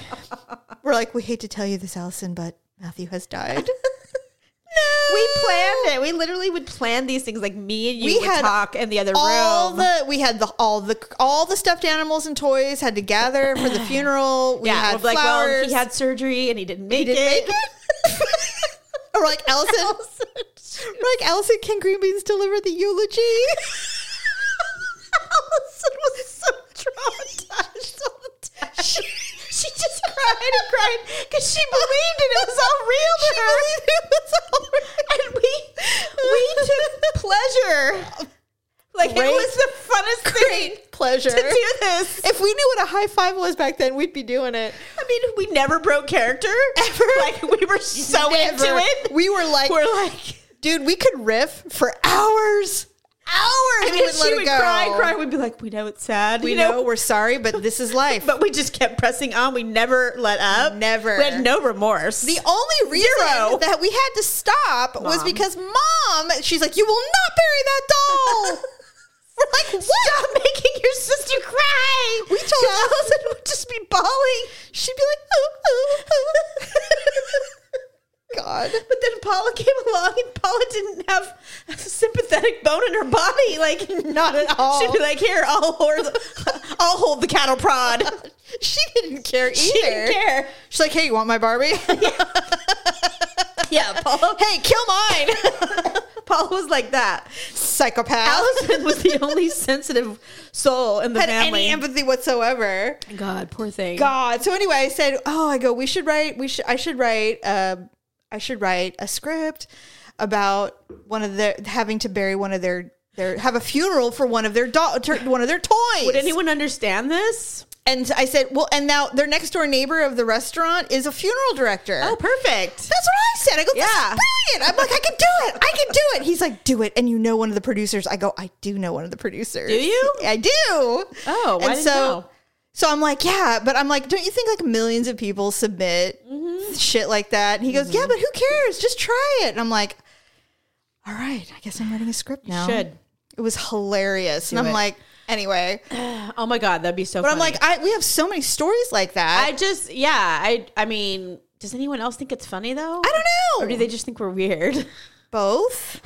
Speaker 2: we're like, we hate to tell you this, Allison, but Matthew has died.
Speaker 1: we planned it. We literally would plan these things. Like me and you
Speaker 2: We
Speaker 1: would
Speaker 2: had
Speaker 1: talk in the other
Speaker 2: all
Speaker 1: room.
Speaker 2: the we had the all the all the stuffed animals and toys had to gather for the funeral. We
Speaker 1: yeah,
Speaker 2: had
Speaker 1: we'd be like well,
Speaker 2: flowers.
Speaker 1: he had surgery and he didn't make
Speaker 2: didn't
Speaker 1: it.
Speaker 2: make or like Allison, we're like Allison, can green beans deliver the eulogy?
Speaker 1: Allison was so traumatized all the time. She, she just cried and cried because she believed it. It was all real to her. it was all real. And we we took pleasure. Like it
Speaker 2: Great.
Speaker 1: was the funnest thing
Speaker 2: Great pleasure.
Speaker 1: to do this.
Speaker 2: If we knew what a high five was back then, we'd be doing it.
Speaker 1: I mean, we never broke character ever. Like we were so into
Speaker 2: Ever.
Speaker 1: it.
Speaker 2: We were like,
Speaker 1: We're like,
Speaker 2: dude, we could riff for hours. Hours.
Speaker 1: I
Speaker 2: we
Speaker 1: mean, she would cry, cry. We'd be like, we know it's sad.
Speaker 2: We
Speaker 1: you
Speaker 2: know, we're sorry, but this is life.
Speaker 1: But we just kept pressing on. We never let up.
Speaker 2: Never.
Speaker 1: We had no remorse.
Speaker 2: the only reason
Speaker 1: Zero.
Speaker 2: that we had to stop was
Speaker 1: Mom.
Speaker 2: because mom, she's like, you will not bury that doll. we're like, what?
Speaker 1: Stop making your sister cry.
Speaker 2: We told
Speaker 1: Allison would just be bawling.
Speaker 2: She'd be like, oh, oh, oh. God.
Speaker 1: But then Paula came along, and Paula didn't have a sympathetic bone in her body. Like
Speaker 2: Not at all.
Speaker 1: She'd be like, "Here, I'll hold, I'll hold the cattle prod."
Speaker 2: She didn't care either.
Speaker 1: She didn't care.
Speaker 2: She's like, hey, you want my Barbie?
Speaker 1: Yeah, Paula,
Speaker 2: hey, kill mine.
Speaker 1: Paula was like that.
Speaker 2: Psychopath.
Speaker 1: Allison was the only sensitive soul in the
Speaker 2: had
Speaker 1: family.
Speaker 2: any empathy whatsoever.
Speaker 1: God, poor thing.
Speaker 2: God. So anyway, I said, "Oh, I go. We should write. We should. I should write. Uh, I should write a script about one of their having to bury one of their their have a funeral for one of their do- ter- one of their toys."
Speaker 1: Would anyone understand this?
Speaker 2: and I said, "Well, and now their next door neighbor of the restaurant is a funeral director."
Speaker 1: Oh, perfect.
Speaker 2: That's what I said. I go, this
Speaker 1: Yeah.
Speaker 2: is brilliant. I'm like, I can do it. I can do it. He's like, do it. And you know one of the producers. I go, I do know one of the producers.
Speaker 1: Do you?
Speaker 2: I do.
Speaker 1: Oh, I
Speaker 2: and
Speaker 1: didn't
Speaker 2: so,
Speaker 1: know.
Speaker 2: so I'm like, yeah, but I'm like, don't you think like millions of people submit
Speaker 1: Mm-hmm.
Speaker 2: shit like that? And he goes, yeah, but who cares? Just try it. And I'm like, all right, I guess I'm writing a script now.
Speaker 1: should.
Speaker 2: It was hilarious. and
Speaker 1: Do
Speaker 2: I'm
Speaker 1: it.
Speaker 2: like, anyway, but
Speaker 1: Oh my God, that'd be so.
Speaker 2: I'm like, I we have so many stories like that.
Speaker 1: I just, yeah, I, I mean, does anyone else think it's funny though?
Speaker 2: I, don't know.
Speaker 1: Or do they just think we're weird?
Speaker 2: both?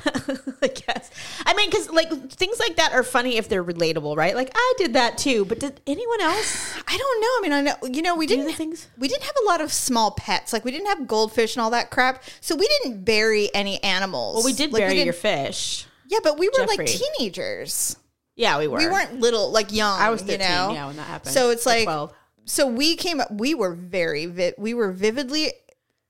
Speaker 1: I guess. I mean, because like things like that are funny if they're relatable, right? Like I did that too, but did anyone else?
Speaker 2: I don't know. I mean, I know you know we
Speaker 1: the
Speaker 2: didn't
Speaker 1: things?
Speaker 2: we didn't have a lot of small pets. Like we didn't have goldfish and all that crap. So we didn't bury any animals. Well,
Speaker 1: We did bury your fish.
Speaker 2: yeah, but we were like
Speaker 1: Jeffrey.
Speaker 2: teenagers.
Speaker 1: Yeah, we were.
Speaker 2: We weren't little, like young.
Speaker 1: I was 13,
Speaker 2: you know?
Speaker 1: yeah, when that happened.
Speaker 2: So it's
Speaker 1: Or
Speaker 2: like,
Speaker 1: 12.
Speaker 2: so we came up. We were very, vi- we were vividly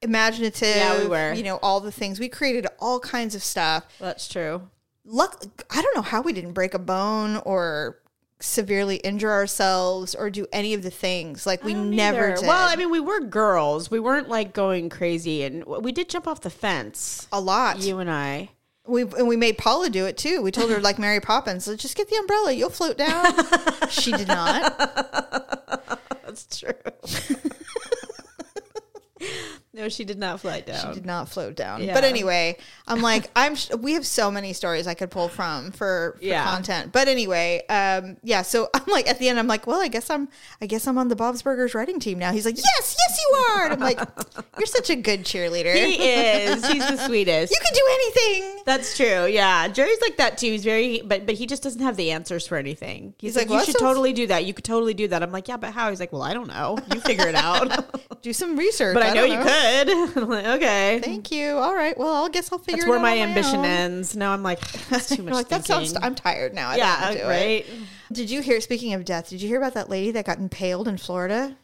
Speaker 2: imaginative.
Speaker 1: Yeah, we were.
Speaker 2: You know, all the things we created, all kinds of stuff.
Speaker 1: That's true.
Speaker 2: Luck, I don't know how we didn't break a bone or severely injure ourselves or do any of the things. Like we never
Speaker 1: Neither.
Speaker 2: did.
Speaker 1: Well, I mean, we were girls. We weren't like going crazy, and we did jump off the fence.
Speaker 2: a lot.
Speaker 1: You and I.
Speaker 2: We and we made Paula do it too. We told her like Mary Poppins, "Let's just get the umbrella, you'll float down. she did not.
Speaker 1: That's true. no, she did not fly down.
Speaker 2: She did not float down.
Speaker 1: Yeah.
Speaker 2: But anyway, I'm like, I'm. sh- We have so many stories I could pull from for, for
Speaker 1: Yeah.
Speaker 2: content. But anyway, um, yeah. So I'm like at the end, I'm like, well, I guess I'm, I guess I'm on the Bob's Burgers writing team now. He's like, yes, yes, you are. And I'm like, you're such a good cheerleader.
Speaker 1: He is. He's the sweetest.
Speaker 2: you can do anything.
Speaker 1: That's true. Yeah, Jerry's like that too. He's very, but but he just doesn't have the answers for anything. He's,
Speaker 2: He's
Speaker 1: like,
Speaker 2: like,
Speaker 1: you
Speaker 2: "Well,
Speaker 1: should
Speaker 2: that sounds-
Speaker 1: totally do that. You could totally do that. I'm like, yeah, but how? He's like, well, I don't know. You figure it out.
Speaker 2: Do some research.
Speaker 1: but I, know,
Speaker 2: don't
Speaker 1: you could. I'm like, okay,
Speaker 2: Thank you. All right. Well, I guess I'll figure
Speaker 1: that's
Speaker 2: it
Speaker 1: where
Speaker 2: out
Speaker 1: my
Speaker 2: on
Speaker 1: ambition
Speaker 2: own.
Speaker 1: ends. Now I'm like, that's too much.
Speaker 2: You're like that sounds.
Speaker 1: thinking."
Speaker 2: I'm tired now. I don't wanna
Speaker 1: yeah,
Speaker 2: do it.
Speaker 1: right.
Speaker 2: Did you hear? Speaking of death, did you hear about that lady that got impaled in Florida?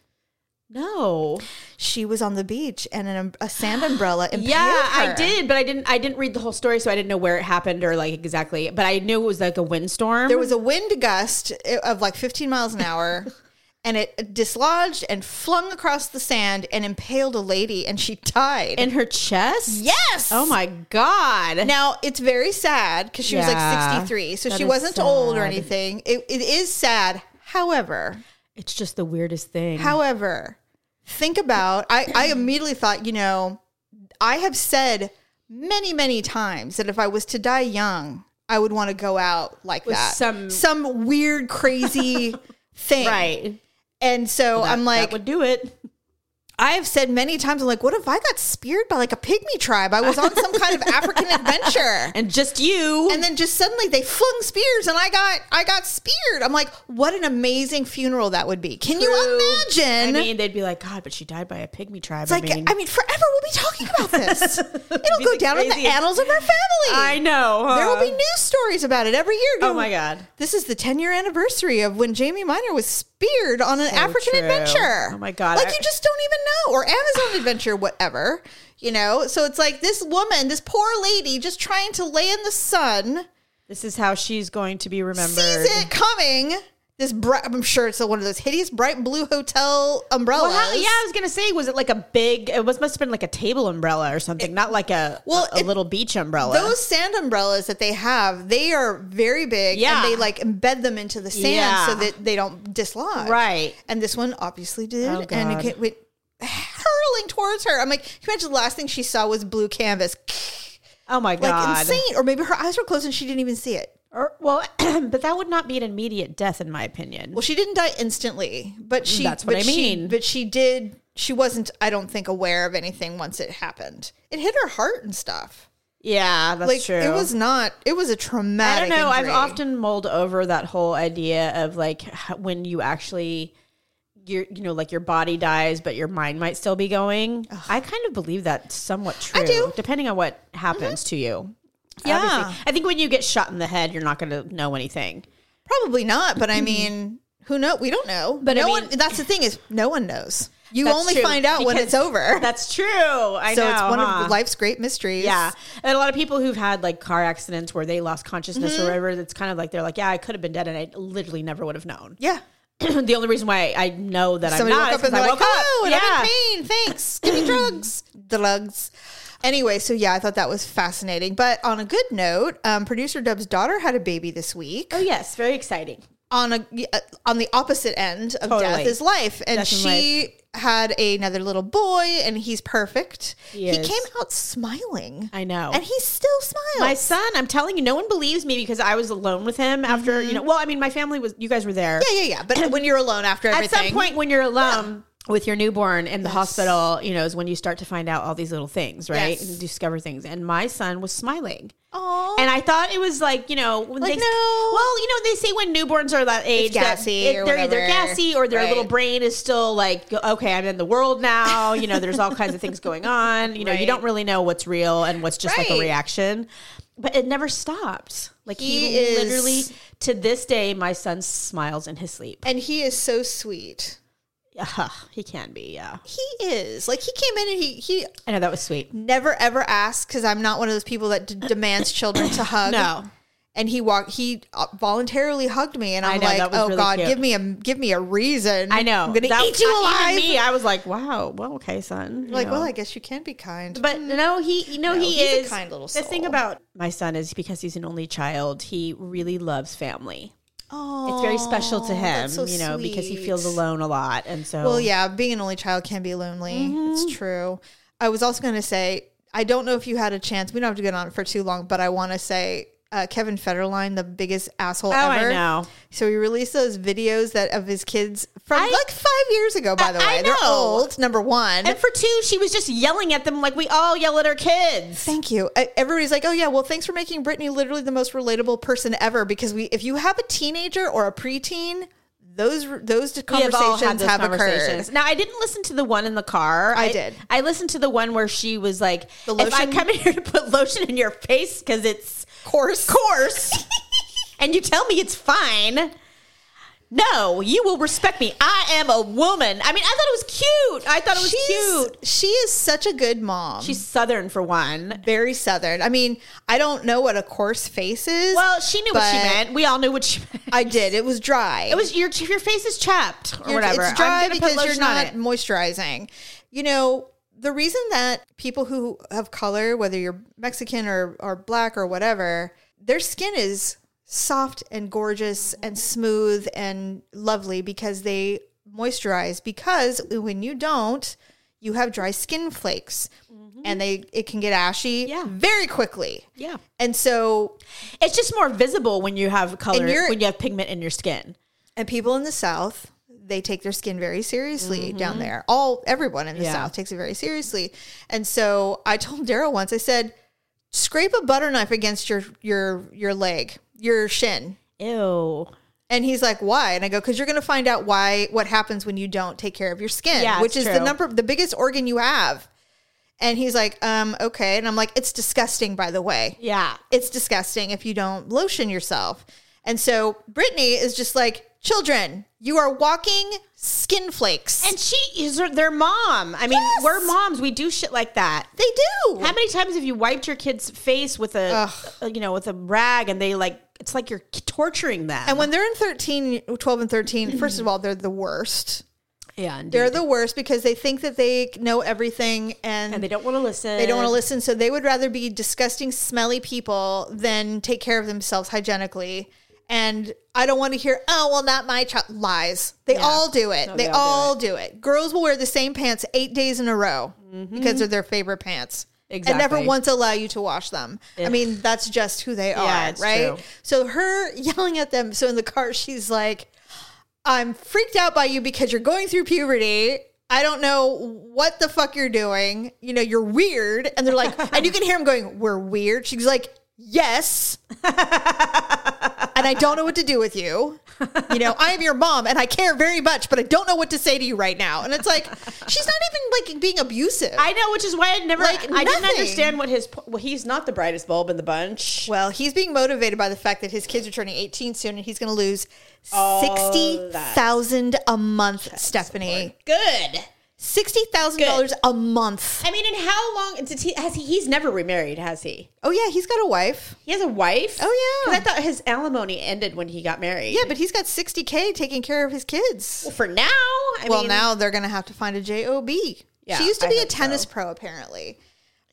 Speaker 1: No.
Speaker 2: She was on the beach and an, um- a sand umbrella impaled
Speaker 1: Yeah, I
Speaker 2: her.
Speaker 1: did, but I didn't. I didn't read the whole story, so I didn't know where it happened or like exactly. But I knew it was like a windstorm.
Speaker 2: There was a wind gust i- of like 15 miles an hour, and it dislodged and flung across the sand and impaled a lady, and she died.
Speaker 1: in her chest.
Speaker 2: yes.
Speaker 1: Oh my god.
Speaker 2: Now it's very sad because she was
Speaker 1: Yeah.
Speaker 2: like 63, so
Speaker 1: That
Speaker 2: she
Speaker 1: is
Speaker 2: wasn't old or
Speaker 1: sad.
Speaker 2: anything. It, it is sad. However,
Speaker 1: It's just the weirdest thing.
Speaker 2: However, think about I, I immediately thought, you know, I have said many, many times that if I was to die young, I would want to go out like that.
Speaker 1: some-
Speaker 2: some weird, crazy thing.
Speaker 1: right?
Speaker 2: And so I'm like,
Speaker 1: that would do it.
Speaker 2: I have said many times, I'm like, what if I got speared by like a pygmy tribe? I was on some kind of African adventure.
Speaker 1: And just you.
Speaker 2: And then just suddenly they flung spears and I got I got speared. I'm like, what an amazing funeral that would be. Can you
Speaker 1: True.
Speaker 2: imagine?
Speaker 1: I mean, they'd be like, God, but she died by a pigmy tribe.
Speaker 2: It's like, I mean, forever we'll be talking about this. It'll
Speaker 1: be
Speaker 2: go
Speaker 1: the
Speaker 2: down in the
Speaker 1: craziest-
Speaker 2: annals of our family.
Speaker 1: I know. huh?
Speaker 2: there will be news stories about it every year.
Speaker 1: Oh my God.
Speaker 2: This is the 10 year anniversary of when Jamie Minor was speared on an African
Speaker 1: true.
Speaker 2: adventure.
Speaker 1: Oh my God.
Speaker 2: Like,
Speaker 1: I-
Speaker 2: you just don't even know, or Amazon adventure, whatever. You know? So it's like this woman, this poor lady, just trying to lay in the sun
Speaker 1: This is how she's going to be remembered.
Speaker 2: sees it coming. This bright, I'm sure it's one of those hideous bright blue hotel umbrellas.
Speaker 1: Well, how- yeah, I was gonna say, was it like a big? It was must have been like a table umbrella or something, not like a
Speaker 2: Well,
Speaker 1: well, a,
Speaker 2: it-
Speaker 1: little beach umbrella.
Speaker 2: Those sand umbrellas that they have, they are very big
Speaker 1: Yeah.
Speaker 2: and they like embed them into the sand
Speaker 1: Yeah.
Speaker 2: so that they don't dislodge.
Speaker 1: Right.
Speaker 2: And this one obviously did.
Speaker 1: Oh,
Speaker 2: and it
Speaker 1: God.
Speaker 2: came, went hurling towards her. I'm like, can you imagine the last thing she saw was blue canvas?
Speaker 1: oh my
Speaker 2: Like
Speaker 1: god!
Speaker 2: insane. Or maybe her eyes were closed and she didn't even see it.
Speaker 1: Or, well, but that would not be an immediate death, in my opinion.
Speaker 2: Well, she didn't die instantly, but she
Speaker 1: That's what
Speaker 2: but
Speaker 1: I
Speaker 2: she-
Speaker 1: mean.
Speaker 2: but she did she wasn't, I don't think, aware of anything once it happened. It hit her heart and stuff.
Speaker 1: yeah, that's
Speaker 2: Like
Speaker 1: true.
Speaker 2: it was not it was a
Speaker 1: I
Speaker 2: traumatic
Speaker 1: don't know. I've
Speaker 2: injury.
Speaker 1: often mulled over that whole idea of like h- when you actually, your you know, like your body dies, but your mind might still be going. I kind of believe that's somewhat true,
Speaker 2: do. Mm-hmm.
Speaker 1: depending on what happens to you.
Speaker 2: Yeah.
Speaker 1: Obviously. I think when you get shot in the head, you're not going to know anything.
Speaker 2: Probably not, but I mean, who know? We don't know. But
Speaker 1: Mm-hmm. I
Speaker 2: no
Speaker 1: mean-
Speaker 2: one. That's the thing is, no one knows. You
Speaker 1: That's
Speaker 2: only
Speaker 1: true,
Speaker 2: find out when
Speaker 1: because
Speaker 2: it's over.
Speaker 1: That's true. I
Speaker 2: so
Speaker 1: know.
Speaker 2: it's one
Speaker 1: huh?
Speaker 2: of life's great mysteries.
Speaker 1: Yeah. And a lot of people who've had like car accidents where they lost consciousness
Speaker 2: Mm-hmm.
Speaker 1: or whatever, it's kind of like they're like, yeah, I could have been dead and I literally never would have known.
Speaker 2: yeah.
Speaker 1: the only reason why I know that
Speaker 2: Somebody
Speaker 1: I'm not
Speaker 2: woke
Speaker 1: is
Speaker 2: up and
Speaker 1: because
Speaker 2: they're
Speaker 1: I
Speaker 2: like,
Speaker 1: woke up.
Speaker 2: "Oh, and
Speaker 1: yeah.
Speaker 2: I'm in pain. Thanks. Give me drugs. Drugs." Anyway, so yeah, I thought that was fascinating. But on a good note, um, producer Dub's daughter had a baby this week.
Speaker 1: Oh yes, very exciting.
Speaker 2: on a uh, on the opposite end of
Speaker 1: Totally.
Speaker 2: death is life, and
Speaker 1: Death and
Speaker 2: she had another little boy, and he's perfect. He,
Speaker 1: He is.
Speaker 2: came out smiling.
Speaker 1: I know.
Speaker 2: and he still smiles.
Speaker 1: My son, I'm telling you, no one believes me because I was alone with him after you know. Well, I mean, my family was. You guys were there.
Speaker 2: Mm-hmm. yeah, yeah, yeah. But when you're alone after
Speaker 1: At
Speaker 2: everything,
Speaker 1: some point, when you're alone. With your newborn in the hospital, you know, is when you start to find out all these little things, right?
Speaker 2: Yes.
Speaker 1: And discover things. And my son was smiling.
Speaker 2: Aw.
Speaker 1: And I thought it was like, you know, when
Speaker 2: Like,
Speaker 1: they,
Speaker 2: no.
Speaker 1: well, you know, they say when newborns are that age, that
Speaker 2: gassy or
Speaker 1: they're
Speaker 2: whatever.
Speaker 1: either gassy or their little
Speaker 2: Right.
Speaker 1: brain is still like, go- okay, I'm in the world now. You know, there's all kinds of things going on. You know,
Speaker 2: Right.
Speaker 1: you don't really know what's real and what's just like
Speaker 2: Right.
Speaker 1: a reaction. But it never stopped. Like he,
Speaker 2: He is-
Speaker 1: literally to this day, my son smiles in his sleep.
Speaker 2: and he is so sweet.
Speaker 1: Ugh, he can be, yeah.
Speaker 2: He is like he came in and he he
Speaker 1: I know that was sweet.
Speaker 2: never ever asked because I'm not one of those people that d- demands children to hug.
Speaker 1: No.
Speaker 2: And he walked. He uh, voluntarily hugged me, and I'm
Speaker 1: know,
Speaker 2: like,
Speaker 1: that was
Speaker 2: "Oh
Speaker 1: really
Speaker 2: God,
Speaker 1: cute.
Speaker 2: give me a give me a reason.
Speaker 1: I know.
Speaker 2: I'm gonna
Speaker 1: That-
Speaker 2: eat you
Speaker 1: even
Speaker 2: alive."
Speaker 1: Me, I was like, wow. Well, okay, son. you
Speaker 2: like,
Speaker 1: know.
Speaker 2: well, I guess you can be kind.
Speaker 1: But no, he you know he
Speaker 2: Mm. he's a
Speaker 1: is
Speaker 2: kind little
Speaker 1: The thing
Speaker 2: soul.
Speaker 1: about my son is because he's an only child, he really loves family.
Speaker 2: oh,
Speaker 1: It's very special to him,
Speaker 2: that's so
Speaker 1: you know, because he feels
Speaker 2: sweet.
Speaker 1: alone a lot, and so
Speaker 2: Well, yeah, being an only child can be lonely.
Speaker 1: Mm-hmm.
Speaker 2: It's true. I was also going to say, I don't know if you had a chance. We don't have to get on it for too long, but I want to say uh, Kevin Federline, the biggest asshole
Speaker 1: Oh, I
Speaker 2: ever.
Speaker 1: know.
Speaker 2: So he released those videos that of his kids from
Speaker 1: I-
Speaker 2: like five years ago. By the way,
Speaker 1: I- I
Speaker 2: they're
Speaker 1: know.
Speaker 2: old. Number one.
Speaker 1: And for two, she was just yelling at them like we all yell at our kids.
Speaker 2: Thank you. E- Everybody's like, "Oh yeah, well, thanks for making Brittany literally the most relatable person ever." Because we, if you have a teenager or a preteen, those those
Speaker 1: We have
Speaker 2: conversations
Speaker 1: all
Speaker 2: have,
Speaker 1: had those
Speaker 2: occurred.
Speaker 1: conversations. Now I didn't listen to the one in the car.
Speaker 2: I did.
Speaker 1: I listened to the one where she was like,
Speaker 2: The
Speaker 1: "If I
Speaker 2: lotion?
Speaker 1: come in here to put lotion in your face because it's
Speaker 2: Course,
Speaker 1: course, and you tell me it's fine. No, you will respect me. I am a woman. I mean, I thought it was cute. I thought it was cute.
Speaker 2: She is such a good mom. She's
Speaker 1: She's southern for one.
Speaker 2: very southern. I mean, I don't know what a coarse face is.
Speaker 1: Well, she knew what she
Speaker 2: But-
Speaker 1: meant. We all knew what she meant.
Speaker 2: I did. It was dry.
Speaker 1: It was your your face is chapped or
Speaker 2: You're-
Speaker 1: whatever.
Speaker 2: It's dry
Speaker 1: I'm gonna put
Speaker 2: because you're
Speaker 1: lotion on
Speaker 2: not
Speaker 1: it.
Speaker 2: moisturizing. You know, the reason that people who have color, whether you're Mexican or, or black or whatever, their skin is soft and gorgeous and smooth and lovely because they moisturize. Because when you don't, you have dry skin flakes and they it can get ashy
Speaker 1: Mm-hmm. Yeah.
Speaker 2: very quickly.
Speaker 1: Yeah,
Speaker 2: And so
Speaker 1: it's just more visible when you have color
Speaker 2: And you're-
Speaker 1: when you have pigment in your skin.
Speaker 2: And people in the South, they take their skin very seriously down there. All everyone in the
Speaker 1: Mm-hmm. Yeah.
Speaker 2: South takes it very seriously. And so I told Daryl once, I said, scrape a butter knife against your your your leg, your shin.
Speaker 1: Ew.
Speaker 2: And he's like, "Why?" And I go, "Because you're going to find out why what happens when you don't take care of your skin,
Speaker 1: Yeah,
Speaker 2: which is
Speaker 1: it's
Speaker 2: the
Speaker 1: true.
Speaker 2: number the biggest organ you have." And he's like, "Um, okay." And I'm like, "It's disgusting, by the way."
Speaker 1: Yeah.
Speaker 2: it's disgusting if you don't lotion yourself. And so Brittany is just like, children, you are walking skin flakes.
Speaker 1: And she is her- their mom. I mean,
Speaker 2: Yes.
Speaker 1: we're moms. We do shit like that.
Speaker 2: they do.
Speaker 1: How many times have you wiped your kid's face with a, a- you know, with a rag and they like, it's like you're k- torturing them.
Speaker 2: and when they're in 13, 12 and 13, first of all, they're the worst.
Speaker 1: yeah,
Speaker 2: They're the worst because they think that they know everything and,
Speaker 1: and they don't want to listen.
Speaker 2: they don't want to listen. So they would rather be disgusting, smelly people than take care of themselves hygienically. And I don't want to hear, oh, well, not my child. Lies. They all do it. they
Speaker 1: they all do
Speaker 2: all do it. Girls will wear the same pants eight days in a row because they're their favorite pants. And never
Speaker 1: Exactly.
Speaker 2: once allow you to wash them. I mean, that's just who they are,
Speaker 1: it's
Speaker 2: right?
Speaker 1: true.
Speaker 2: So her yelling at them. So in the car, she's like, I'm freaked out by you because you're going through puberty. I don't know what the fuck you're doing. You know, you're weird. And they're like, and you can hear them going, We're weird. She's like, Yes. and I don't know what to do with you. You know, I am your mom and I care very much, but I don't know what to say to you right now. And it's like, she's not even like being abusive.
Speaker 1: I know, which is why I never,
Speaker 2: Like,
Speaker 1: I didn't
Speaker 2: nothing.
Speaker 1: understand what his, po- well, he's not the brightest bulb in the bunch.
Speaker 2: well, he's being motivated by the fact that his kids are turning 18 soon and he's going to lose 60,000 a month, Stephanie.
Speaker 1: Good.
Speaker 2: $60,000 a month.
Speaker 1: I mean, and how long did he, has he, he's never remarried, has he?
Speaker 2: Oh yeah, he's got a wife.
Speaker 1: He has a wife?
Speaker 2: Oh, yeah.
Speaker 1: 'Cause I thought his alimony ended when he got married.
Speaker 2: Yeah, but he's got 60k taking care of his kids.
Speaker 1: Well, for now, I
Speaker 2: Well,
Speaker 1: mean,
Speaker 2: now they're going to have to find a job.
Speaker 1: Yeah,
Speaker 2: she used to
Speaker 1: I
Speaker 2: be a
Speaker 1: hope so.
Speaker 2: tennis pro apparently.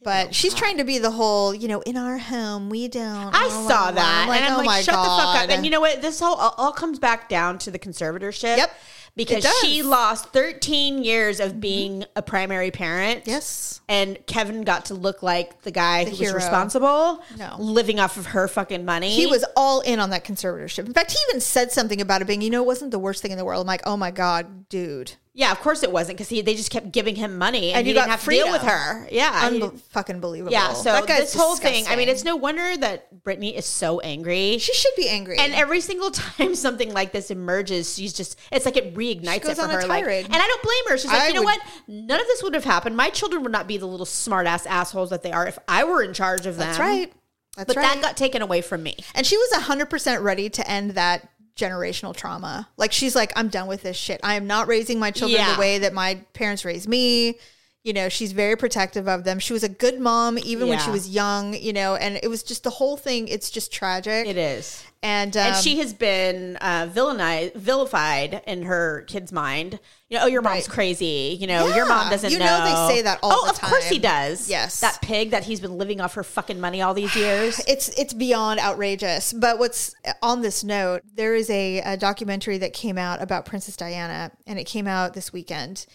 Speaker 2: But she's trying to be the whole, you know, in our home we don't.
Speaker 1: I
Speaker 2: oh,
Speaker 1: saw
Speaker 2: oh,
Speaker 1: that,
Speaker 2: oh, like,
Speaker 1: and I'm
Speaker 2: oh my
Speaker 1: like, shut the fuck
Speaker 2: God.
Speaker 1: up. And you know what? This whole all, all comes back down to the conservatorship.
Speaker 2: Yep. It
Speaker 1: Because
Speaker 2: does. Mm-hmm.
Speaker 1: she lost 13 years of being a primary parent.
Speaker 2: Yes.
Speaker 1: And Kevin got to look like the guy who
Speaker 2: hero.
Speaker 1: was responsible,
Speaker 2: No.
Speaker 1: living off of her fucking money.
Speaker 2: he was all in on that conservatorship. In fact, he even said something about it being, you know, it wasn't the worst thing in the world. I'm like, oh my god, dude,
Speaker 1: yeah, of course it wasn't because they just kept giving him money, and,
Speaker 2: And
Speaker 1: he
Speaker 2: you got
Speaker 1: didn't have to
Speaker 2: freedom.
Speaker 1: deal with her. Yeah, he-
Speaker 2: Unbe- fucking believable.
Speaker 1: yeah. So
Speaker 2: That guy's
Speaker 1: this whole thing. I
Speaker 2: disgusting.
Speaker 1: mean, it's no wonder that Brittany is so angry.
Speaker 2: she should be angry.
Speaker 1: And every single time something like this emerges, she's just, it's like it reignites
Speaker 2: She goes
Speaker 1: it for
Speaker 2: on a
Speaker 1: her. like-
Speaker 2: tirade.
Speaker 1: and I don't blame her. She's like,
Speaker 2: I
Speaker 1: you know
Speaker 2: would-
Speaker 1: what? None of this would have happened. My children would not be the little smart ass assholes that they are if I were in charge of them.
Speaker 2: that's right. That's
Speaker 1: But
Speaker 2: right.
Speaker 1: that got taken away from me.
Speaker 2: And she was 100% ready to end that generational trauma. Like, she's like, I'm done with this shit. I am not raising my children
Speaker 1: Yeah.
Speaker 2: the way that my parents raised me. You know, she's very protective of them. She was a good mom even when she
Speaker 1: Yeah.
Speaker 2: was young, you know, and it was just the whole thing. It's just tragic.
Speaker 1: It is.
Speaker 2: And, um,
Speaker 1: And she has been uh, villainized, vilified in her kid's mind. You know, oh, your mom's
Speaker 2: Right.
Speaker 1: crazy. You know, your
Speaker 2: Yeah.
Speaker 1: mom doesn't
Speaker 2: You know they say that all
Speaker 1: oh,
Speaker 2: the
Speaker 1: of course he
Speaker 2: time.
Speaker 1: does.
Speaker 2: Yes.
Speaker 1: That pig that he's been living off her fucking money all these years.
Speaker 2: it's it's beyond outrageous. But what's on this note, there is a, a documentary that came out about Princess Diana, and it came out this weekend.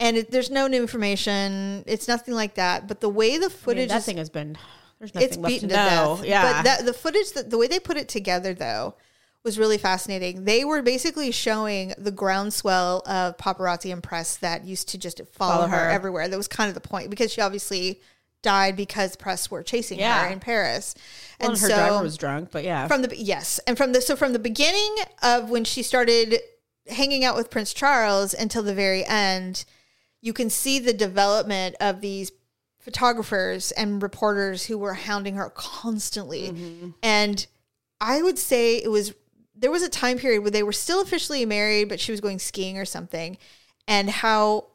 Speaker 2: And it, there's no new information. It's nothing like that. But the way the
Speaker 1: I mean,
Speaker 2: footage
Speaker 1: that
Speaker 2: is
Speaker 1: thing has been, there's nothing
Speaker 2: it's
Speaker 1: left
Speaker 2: beaten
Speaker 1: to
Speaker 2: to,
Speaker 1: know.
Speaker 2: death.
Speaker 1: Yeah.
Speaker 2: But that, the footage that the way they put it together though was really fascinating. They were basically showing the groundswell of paparazzi and press that used to just follow,
Speaker 1: Follow
Speaker 2: her.
Speaker 1: her.
Speaker 2: everywhere. That was kind of the point because she obviously died because press were chasing
Speaker 1: Yeah.
Speaker 2: her in Paris.
Speaker 1: Well, and her driver was drunk, but yeah.
Speaker 2: from the yes and from the so from the beginning of when she started hanging out with prince charles until the very end you can see the development of these photographers and reporters who were hounding her constantly
Speaker 1: Mm-hmm.
Speaker 2: and i would say it was there was a time period where they were still officially married but she was going skiing or something and how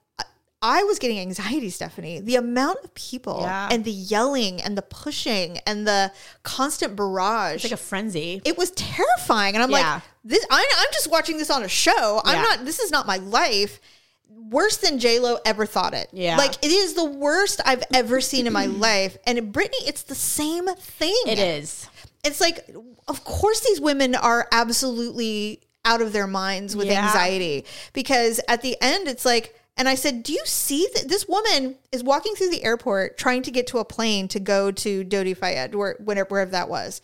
Speaker 2: I was getting anxiety, Stephanie. The amount of people
Speaker 1: Yeah.
Speaker 2: and the yelling and the pushing and the constant barrage
Speaker 1: it's like a frenzy.
Speaker 2: it was terrifying. And I'm
Speaker 1: Yeah.
Speaker 2: like, this, I, I'm just watching this on a show. I'm
Speaker 1: Yeah.
Speaker 2: not, this is not my life. Worse than Lo ever thought it.
Speaker 1: Yeah.
Speaker 2: Like it is the worst I've ever seen in my life. And in Brittany, it's the same thing.
Speaker 1: It is.
Speaker 2: It's like, of course, these women are absolutely out of their minds with
Speaker 1: Yeah.
Speaker 2: anxiety because at the end, it's like, and I said, Do you see that this woman is walking through the airport trying to get to a plane to go to Dodi Fayed, where, wherever, wherever that was?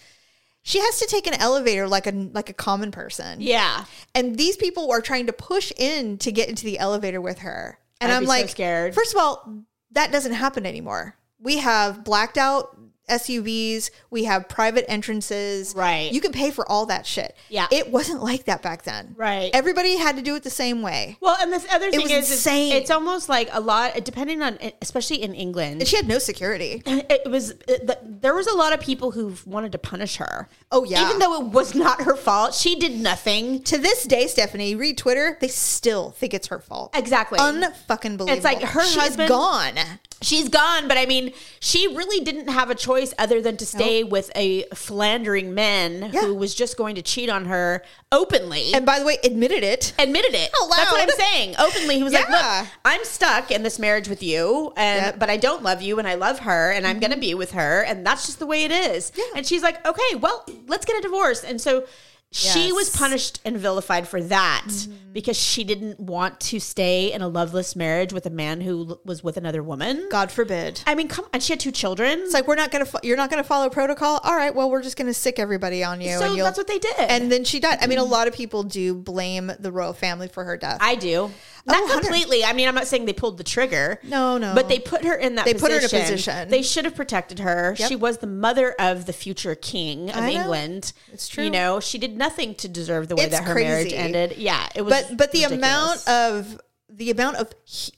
Speaker 2: She has to take an elevator like a like a common person.
Speaker 1: Yeah.
Speaker 2: And these people are trying to push in to get into the elevator with her. And
Speaker 1: I'd
Speaker 2: am
Speaker 1: be so
Speaker 2: like,
Speaker 1: scared.
Speaker 2: First of all, that doesn't happen anymore. We have blacked out SUVs. We have private entrances.
Speaker 1: Right.
Speaker 2: You can pay for all that shit.
Speaker 1: Yeah.
Speaker 2: It wasn't like that back then.
Speaker 1: Right.
Speaker 2: Everybody had to do it the same way.
Speaker 1: Well, and this other thing
Speaker 2: was
Speaker 1: is, is
Speaker 2: insane.
Speaker 1: it's almost like a lot, depending on, especially in England,
Speaker 2: And she had no security.
Speaker 1: it was it, th- there was a lot of people who wanted to punish her.
Speaker 2: Oh, yeah.
Speaker 1: even though it was not her fault, she did nothing.
Speaker 2: To this day, Stephanie, you read Twitter, they still think it's her fault.
Speaker 1: Exactly.
Speaker 2: Unfucking believable.
Speaker 1: It's like her
Speaker 2: She's
Speaker 1: husband-
Speaker 2: gone.
Speaker 1: She's gone, but I mean, she really didn't have a choice other than to stay with a philandering man
Speaker 2: Yeah.
Speaker 1: who was just going to cheat on her openly.
Speaker 2: And by the way, admitted it.
Speaker 1: admitted it.
Speaker 2: Out
Speaker 1: That's what
Speaker 2: loud.
Speaker 1: I'm saying. Openly, he was like,
Speaker 2: Oh, Yeah.
Speaker 1: "Look, I'm stuck in this marriage with you, and
Speaker 2: Yep. Mm-hmm.
Speaker 1: but I don't love you, and I love her, and I'm going to be with her, and that's just the way it is." And she's like, "Okay, well, let's get a divorce." And so she
Speaker 2: Yes. Mm-hmm.
Speaker 1: was punished and vilified for that because she didn't want to stay in a loveless marriage with a man who l- was with another woman.
Speaker 2: God forbid.
Speaker 1: I mean, come on, she had two children.
Speaker 2: It's like we're not gonna fo- you're not gonna follow protocol. All right, well we're just gonna sick everybody on you.
Speaker 1: so
Speaker 2: and you'll,
Speaker 1: that's what they did.
Speaker 2: and then she died. I mean, a lot of people do blame the royal family for her death.
Speaker 1: I do. Not
Speaker 2: 100.
Speaker 1: completely. I mean, I'm not saying they pulled the trigger.
Speaker 2: Oh, No, no.
Speaker 1: But they put her in that
Speaker 2: They
Speaker 1: position.
Speaker 2: put her in a position.
Speaker 1: They should have protected her. She was the mother of the future king of
Speaker 2: I know.
Speaker 1: England.
Speaker 2: It's true.
Speaker 1: You know, she did nothing to deserve the way
Speaker 2: It's
Speaker 1: that her marriage
Speaker 2: crazy.
Speaker 1: ended. Yeah, it was
Speaker 2: but but the
Speaker 1: ridiculous.
Speaker 2: amount of the amount of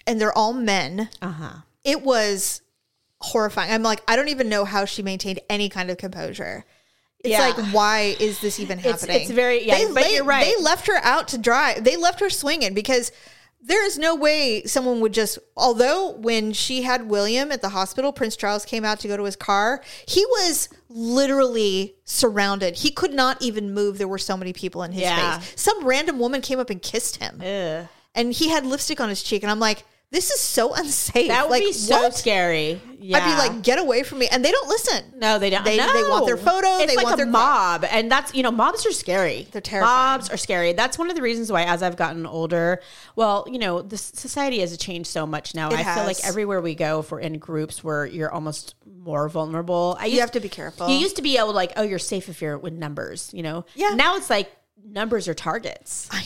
Speaker 2: and they're all men.
Speaker 1: uh-huh.
Speaker 2: It was horrifying. I'm like, I don't even know how she maintained any kind of composure. It's
Speaker 1: Yeah.
Speaker 2: like, why is this even
Speaker 1: It's-
Speaker 2: happening?
Speaker 1: it's very- yeah,
Speaker 2: They,
Speaker 1: but
Speaker 2: they-
Speaker 1: you're right.
Speaker 2: They left her out to dry. They left her swinging because there is no way someone would just. Although when she had William at the hospital, Prince Charles came out to go to his car. He was literally surrounded. He could not even move. There were so many people in his
Speaker 1: Yeah.
Speaker 2: face. Some random woman came up and kissed him,
Speaker 1: Ugh.
Speaker 2: and he had lipstick on his cheek. And I'm like, this is so unsafe.
Speaker 1: That would
Speaker 2: like,
Speaker 1: be so scary. Yeah.
Speaker 2: I'd be like, get away from me. And they don't listen.
Speaker 1: No, they don't.
Speaker 2: They-
Speaker 1: no.
Speaker 2: they want their photo,
Speaker 1: It's
Speaker 2: they
Speaker 1: like
Speaker 2: want
Speaker 1: a
Speaker 2: their-
Speaker 1: mob, and that's you know mobs are scary.
Speaker 2: They're terrifying.
Speaker 1: Mobs are scary. That's one of the reasons why, as I've gotten older, well, you know, the s- society has changed so much now.
Speaker 2: It
Speaker 1: I feel like
Speaker 2: has.
Speaker 1: everywhere we go, if we're in groups where you're almost more vulnerable, I
Speaker 2: You have to be careful.
Speaker 1: You used to be able to like, oh, you're safe if you're with numbers. You know.
Speaker 2: Yeah.
Speaker 1: Now it's like numbers are targets.
Speaker 2: I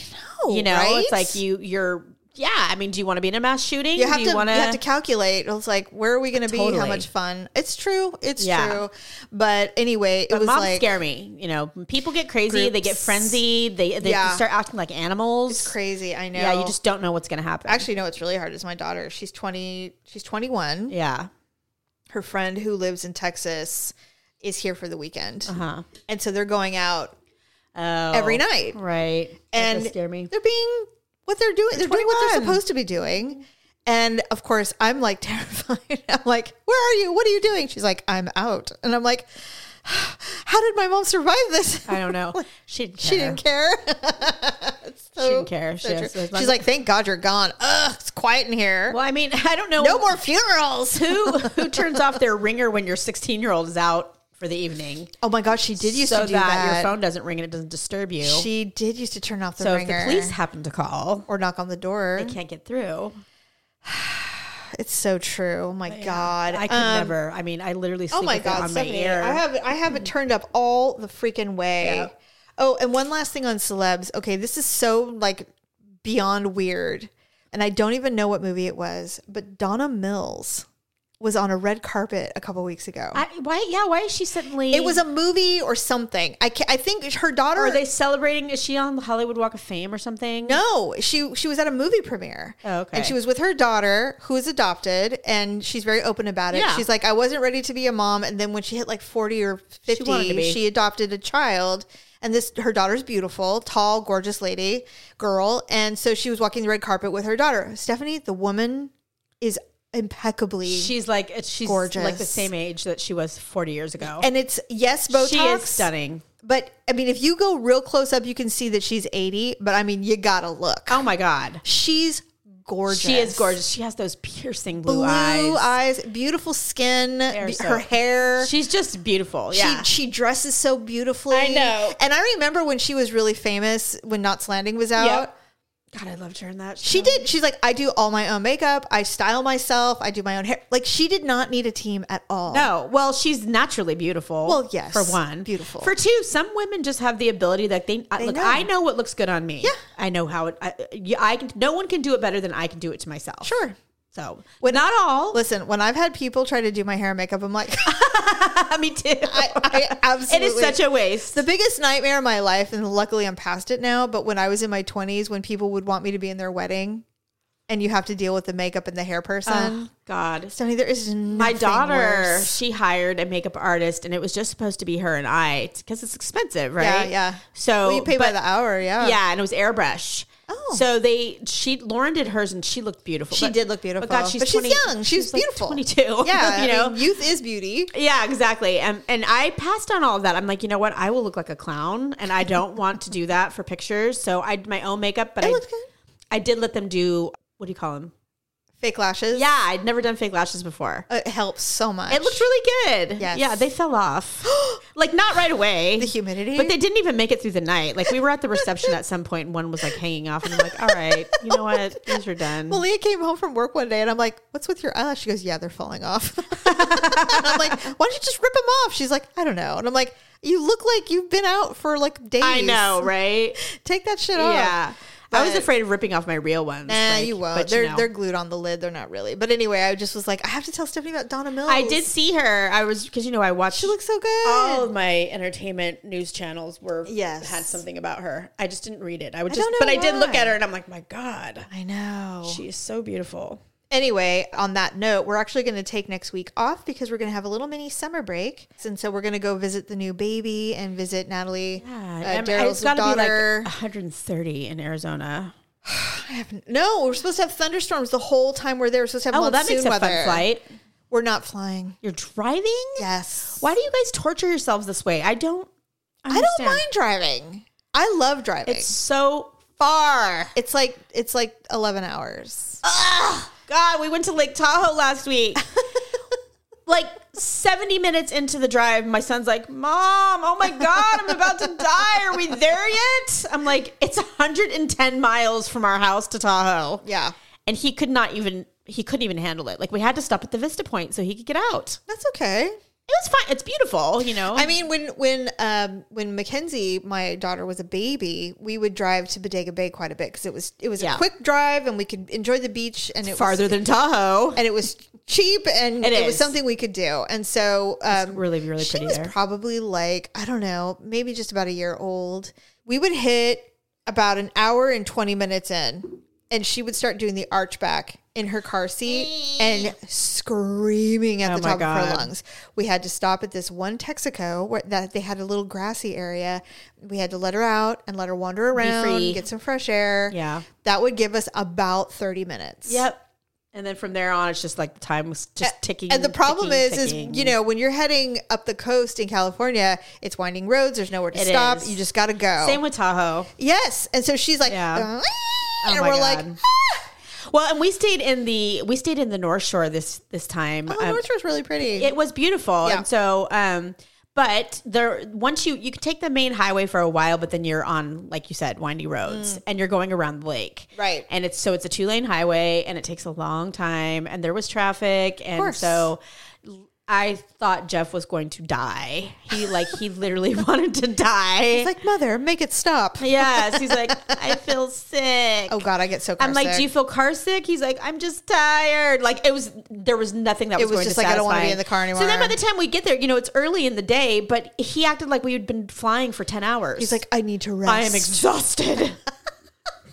Speaker 2: know.
Speaker 1: You know, it's
Speaker 2: right?
Speaker 1: like you you're. Yeah, I mean, do you want to be in a mass shooting?
Speaker 2: You have
Speaker 1: do
Speaker 2: to
Speaker 1: you wanna-
Speaker 2: you have to calculate. It's like where are we going to be? How
Speaker 1: Totally.
Speaker 2: much fun? It's true. It's
Speaker 1: Yeah.
Speaker 2: true. But anyway, it was
Speaker 1: Moms
Speaker 2: like
Speaker 1: scare me. You know, people get crazy. They get
Speaker 2: Groups.
Speaker 1: frenzied. They they
Speaker 2: Yeah.
Speaker 1: start acting like animals.
Speaker 2: crazy. I know.
Speaker 1: Yeah, you just don't know what's gonna happen.
Speaker 2: actually know it's really hard. Is my daughter? She's twenty. She's twenty one.
Speaker 1: yeah,
Speaker 2: Her friend who lives in Texas is here for the weekend,
Speaker 1: huh?
Speaker 2: and so they're going out
Speaker 1: Uh-huh. Oh,
Speaker 2: every night.
Speaker 1: right? That does
Speaker 2: and
Speaker 1: scare me.
Speaker 2: They're being what they're doing. They're, doing what they're
Speaker 1: 21.
Speaker 2: supposed to be doing. And of course, I'm like terrified. I'm like, "Where are you? What are you doing?" She's like, "I'm out," and I'm like, "How did my mom survive this?"
Speaker 1: I don't know. She didn't care.
Speaker 2: she didn't care. It's so-
Speaker 1: She didn't care.
Speaker 2: so
Speaker 1: She
Speaker 2: true.
Speaker 1: has- as long
Speaker 2: She's
Speaker 1: as-
Speaker 2: like, "Thank God you're gone." Ugh, it's quiet in here.
Speaker 1: well, I mean, I don't know.
Speaker 2: No more funerals.
Speaker 1: who who turns off their ringer when your sixteen year old is out for the evening,
Speaker 2: oh my God, she did used
Speaker 1: so
Speaker 2: to do
Speaker 1: that,
Speaker 2: that.
Speaker 1: your phone doesn't ring and it doesn't disturb you.
Speaker 2: She did used to turn off the
Speaker 1: so if
Speaker 2: ringer
Speaker 1: the police happen to call,
Speaker 2: or knock on the door.
Speaker 1: they can't get through.
Speaker 2: It's so true. Oh my God,
Speaker 1: I could never. I mean, I literally sleep
Speaker 2: Um, Oh my
Speaker 1: with it
Speaker 2: god,
Speaker 1: on my
Speaker 2: Stephanie,
Speaker 1: ear. Mm-hmm.
Speaker 2: I have I have it turned up all the freaking way.
Speaker 1: Yeah.
Speaker 2: Oh, and one last thing on celebs. Okay, this is so like beyond weird. And I don't even know what movie it was, but Donna Mills was on a red carpet a couple weeks ago.
Speaker 1: I, why? Yeah. Why is she suddenly?
Speaker 2: it was a movie or something. I ca I think her daughter
Speaker 1: Are they celebrating? Is she on the Hollywood Walk of Fame or something?
Speaker 2: No, she she was at a movie premiere.
Speaker 1: Oh, okay.
Speaker 2: And she was with her daughter, who is adopted, and she's very open about it.
Speaker 1: Yeah.
Speaker 2: She's like, I wasn't ready to be a mom, and then when she hit like forty or
Speaker 1: wanted to
Speaker 2: fifty,
Speaker 1: be.
Speaker 2: she, adopted a child. And this her daughter's beautiful, tall, gorgeous lady, girl. And so she was walking the red carpet with her daughter. Stephanie, the woman is impeccably
Speaker 1: She's like it's- she's
Speaker 2: Gorgeous.
Speaker 1: like the same age that she was 40 years ago.
Speaker 2: and it's yes, Botox.
Speaker 1: she is stunning.
Speaker 2: But I mean, if you go real close up, you can see that she's 80, but I mean, you gotta look.
Speaker 1: Oh my god.
Speaker 2: She's gorgeous.
Speaker 1: She is gorgeous. She has those piercing blue,
Speaker 2: blue eyes,
Speaker 1: eyes.
Speaker 2: beautiful skin, be-
Speaker 1: so-
Speaker 2: her hair.
Speaker 1: She's just beautiful. Yeah.
Speaker 2: She, she dresses so beautifully.
Speaker 1: I know.
Speaker 2: And I remember when she was really famous when Knots Landing was out.
Speaker 1: Yep. God, I loved her in that.
Speaker 2: She did. She's like, I do all my own makeup. I style myself. I do my own hair. Like, she did not need a team at all.
Speaker 1: No, well, she's naturally beautiful.
Speaker 2: Well, yes,
Speaker 1: for one,
Speaker 2: beautiful.
Speaker 1: For two, some women just have the ability that they, I look.
Speaker 2: know.
Speaker 1: I know what looks good on me. Yeah, I know how it. I, you- I can. No one can do it better than I can do it to myself.
Speaker 2: Sure.
Speaker 1: So, not all.
Speaker 2: Listen, when I've had people try to do my hair and makeup, I'm like,
Speaker 1: Me too.
Speaker 2: I, I
Speaker 1: it
Speaker 2: absolutely.
Speaker 1: is such a waste.
Speaker 2: the biggest nightmare of my life, and luckily I'm past it now. But when I was in my 20s, when people would want me to be in their wedding, and you have to deal with the makeup and the hair person,
Speaker 1: Oh, God.
Speaker 2: Sony, there is
Speaker 1: My
Speaker 2: nothing
Speaker 1: daughter,
Speaker 2: worse.
Speaker 1: she hired a makeup artist, and it was just supposed to be her and I because it's expensive, right?
Speaker 2: Yeah, yeah.
Speaker 1: So
Speaker 2: Well, you pay by
Speaker 1: but-
Speaker 2: the hour, yeah.
Speaker 1: Yeah, and it was airbrush.
Speaker 2: Oh.
Speaker 1: So they she Lauren did hers and she looked beautiful.
Speaker 2: She did look beautiful.
Speaker 1: But God, she's,
Speaker 2: but she's
Speaker 1: 20
Speaker 2: young. She's, beautiful.
Speaker 1: Twenty two.
Speaker 2: Yeah.
Speaker 1: you know.
Speaker 2: youth is beauty.
Speaker 1: yeah, exactly. And and I passed on all of that. I'm like, you know what? I will look like a clown, and I don't want to do that for pictures. So I did my own makeup, but
Speaker 2: It
Speaker 1: I
Speaker 2: looks good.
Speaker 1: I did let them do what do you call them?
Speaker 2: Fake lashes. uh,
Speaker 1: Yeah, I'd never done fake lashes before.
Speaker 2: It helps so much.
Speaker 1: It looked really good.
Speaker 2: Yes.
Speaker 1: Yeah, they fell off. like not right away.
Speaker 2: The humidity?
Speaker 1: But they didn't even make it through the night. Like we were at the reception at some point and one was like hanging off and I'm like, all right, you know what? These are done.
Speaker 2: Malia came home from work one day and I'm like, What's with your eyelash? She goes, Yeah, they're falling off. and I'm like, Why don't you just rip them off? She's like, I don't know. And I'm like, You look like you've been out for like days.
Speaker 1: I know, right?
Speaker 2: Take that shit off.
Speaker 1: Yeah. I was
Speaker 2: But-
Speaker 1: afraid of ripping off my real ones.
Speaker 2: Nah,
Speaker 1: like,
Speaker 2: you won't.
Speaker 1: but
Speaker 2: They're
Speaker 1: know.
Speaker 2: they're glued on the lid. They're not really. But anyway, I just was like, I have to tell Stephanie about Donna Mills.
Speaker 1: I did see her. I was because you know I watched
Speaker 2: She looks so good.
Speaker 1: all of my entertainment news channels were
Speaker 2: Yes.
Speaker 1: had something about her. I just didn't read it. I would
Speaker 2: I
Speaker 1: just
Speaker 2: don't know
Speaker 1: but I did look
Speaker 2: why.
Speaker 1: at her and I'm like, my God,
Speaker 2: I know.
Speaker 1: she is so beautiful.
Speaker 2: anyway, on that note, we're actually going to take next week off because we're going to have a little mini summer break. And so we're going to go visit the new baby and visit Natalie,
Speaker 1: Yeah,
Speaker 2: uh,
Speaker 1: um, it's
Speaker 2: Daryl's
Speaker 1: got to be like
Speaker 2: daughter.
Speaker 1: 130 in Arizona.
Speaker 2: no, we're supposed to have thunderstorms the whole time we're there. We're supposed to have
Speaker 1: Oh, well,
Speaker 2: monsoon
Speaker 1: that makes a
Speaker 2: weather.
Speaker 1: fun flight.
Speaker 2: We're not flying.
Speaker 1: You're driving?
Speaker 2: Yes.
Speaker 1: Why do you guys torture yourselves this way? I don't.
Speaker 2: I
Speaker 1: Understand.
Speaker 2: don't mind driving. I love driving.
Speaker 1: It's so.
Speaker 2: far. It's like it's like 11 hours.
Speaker 1: God, we went to Lake Tahoe last week. like 70 minutes into the drive, my son's like, Mom, oh my God, I'm about to die. Are we there yet? I'm like, It's 110 miles from our house to Tahoe.
Speaker 2: Yeah.
Speaker 1: And he could not even. He couldn't even handle it. Like we had to stop at the Vista Point so he could get out.
Speaker 2: That's okay.
Speaker 1: It was fine. It's beautiful, you know.
Speaker 2: I mean, when when um, when Mackenzie, my daughter, was a baby, we would drive to Bodega Bay quite a bit because it was it was
Speaker 1: Yeah.
Speaker 2: a quick drive and we could enjoy the beach and it was,
Speaker 1: farther than Tahoe.
Speaker 2: and it was cheap and
Speaker 1: It
Speaker 2: it, was
Speaker 1: is.
Speaker 2: something we could do. And so um,
Speaker 1: really, really
Speaker 2: she
Speaker 1: pretty
Speaker 2: was
Speaker 1: there.
Speaker 2: probably like I don't know, maybe just about a year old. We would hit about an hour and twenty minutes in, and she would start doing the arch back in her car seat and screaming at the
Speaker 1: Oh my
Speaker 2: top of her
Speaker 1: God.
Speaker 2: lungs. We had to stop at this one Texaco where that they had a little grassy area. We had to let her out and let her wander
Speaker 1: free.
Speaker 2: around, get some fresh air.
Speaker 1: Yeah.
Speaker 2: that would give us about thirty minutes.
Speaker 1: Yep. And then from there on, it's just like the time was just ticking.
Speaker 2: And the problem
Speaker 1: ticking,
Speaker 2: is,
Speaker 1: ticking.
Speaker 2: is you know, when you're heading up the coast in California, it's winding roads. There's nowhere to
Speaker 1: It
Speaker 2: stop.
Speaker 1: is.
Speaker 2: You just got to go.
Speaker 1: same with Tahoe.
Speaker 2: yes, and so she's like,
Speaker 1: Yeah. Oh
Speaker 2: "Ah," and
Speaker 1: my
Speaker 2: we're
Speaker 1: God.
Speaker 2: like,
Speaker 1: Well, and we stayed in the we stayed in the North Shore this this time.
Speaker 2: "Oh,
Speaker 1: Um,
Speaker 2: North Shore's really pretty."
Speaker 1: it was beautiful,
Speaker 2: Yeah.
Speaker 1: and so um, but there once you you can take the main highway for a while, but then you're on like you said windy roads, and you're going around the lake,
Speaker 2: Mm. Right.
Speaker 1: And it's so it's a two lane highway, and it takes a long time, and there was traffic, and
Speaker 2: course.
Speaker 1: so. I thought Jeff was going to die. He like he literally wanted to die.
Speaker 2: it's like, "Mother, make it stop."
Speaker 1: Yes. He's like, I feel sick.
Speaker 2: Oh God, I get so. Carsick.
Speaker 1: I'm like, do you feel car sick? He's like, I'm just tired. Like it was, there was nothing that was,
Speaker 2: was
Speaker 1: going
Speaker 2: just
Speaker 1: to
Speaker 2: like, I don't wanna
Speaker 1: satisfy
Speaker 2: be
Speaker 1: him.
Speaker 2: in the car
Speaker 1: So then, by
Speaker 2: anymore.
Speaker 1: the time we get there, you know, it's early in the day, but he acted like we had been flying for ten hours.
Speaker 2: He's like, "I need to rest."
Speaker 1: I am exhausted.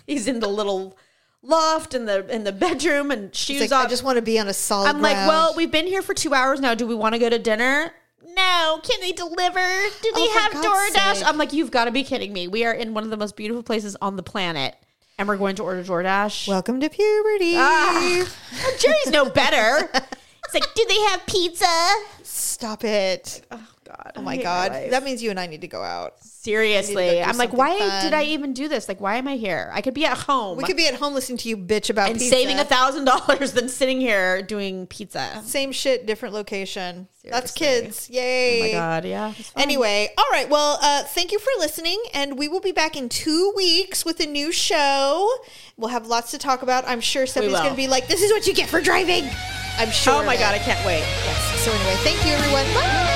Speaker 1: He's in the little loft in the in the bedroom and shoes
Speaker 2: He's like,
Speaker 1: off.
Speaker 2: I just want to be on a solid.
Speaker 1: I'm like,
Speaker 2: ground."
Speaker 1: well, we've been here for two hours now. Do we want to go to dinner? No. Can they deliver? Do they
Speaker 2: Oh, for
Speaker 1: have
Speaker 2: God's
Speaker 1: DoorDash?
Speaker 2: sake.
Speaker 1: I'm like, you've got to be kidding me. We are in one of the most beautiful places on the planet, and we're going to order DoorDash.
Speaker 2: welcome to puberty.
Speaker 1: Ah. Jerry's no better. It's like, do they have pizza?
Speaker 2: Stop it! Oh
Speaker 1: Oh God. Oh
Speaker 2: my Oh, God, that means you and I need to go out.
Speaker 1: Seriously,
Speaker 2: do
Speaker 1: I'm like,
Speaker 2: something
Speaker 1: why
Speaker 2: fun.
Speaker 1: did I even do this? Like, why am I here? I could be at home
Speaker 2: We could be at home listening to you bitch about
Speaker 1: and
Speaker 2: pizza.
Speaker 1: saving a thousand dollars than sitting here doing pizza.
Speaker 2: Same shit, different location. That's
Speaker 1: Seriously.
Speaker 2: kids. Yay!
Speaker 1: Oh my God. Yeah. it's fun.
Speaker 2: Anyway, all right. Well, uh, thank you for listening, and we will be back in two weeks with a new show. We'll have lots to talk about. I'm sure somebody's
Speaker 1: will.
Speaker 2: going to be like, "This is what you get for driving." I'm sure.
Speaker 1: Oh my
Speaker 2: of it.
Speaker 1: God. I can't wait.
Speaker 2: Yes. So anyway, thank you, everyone. Bye.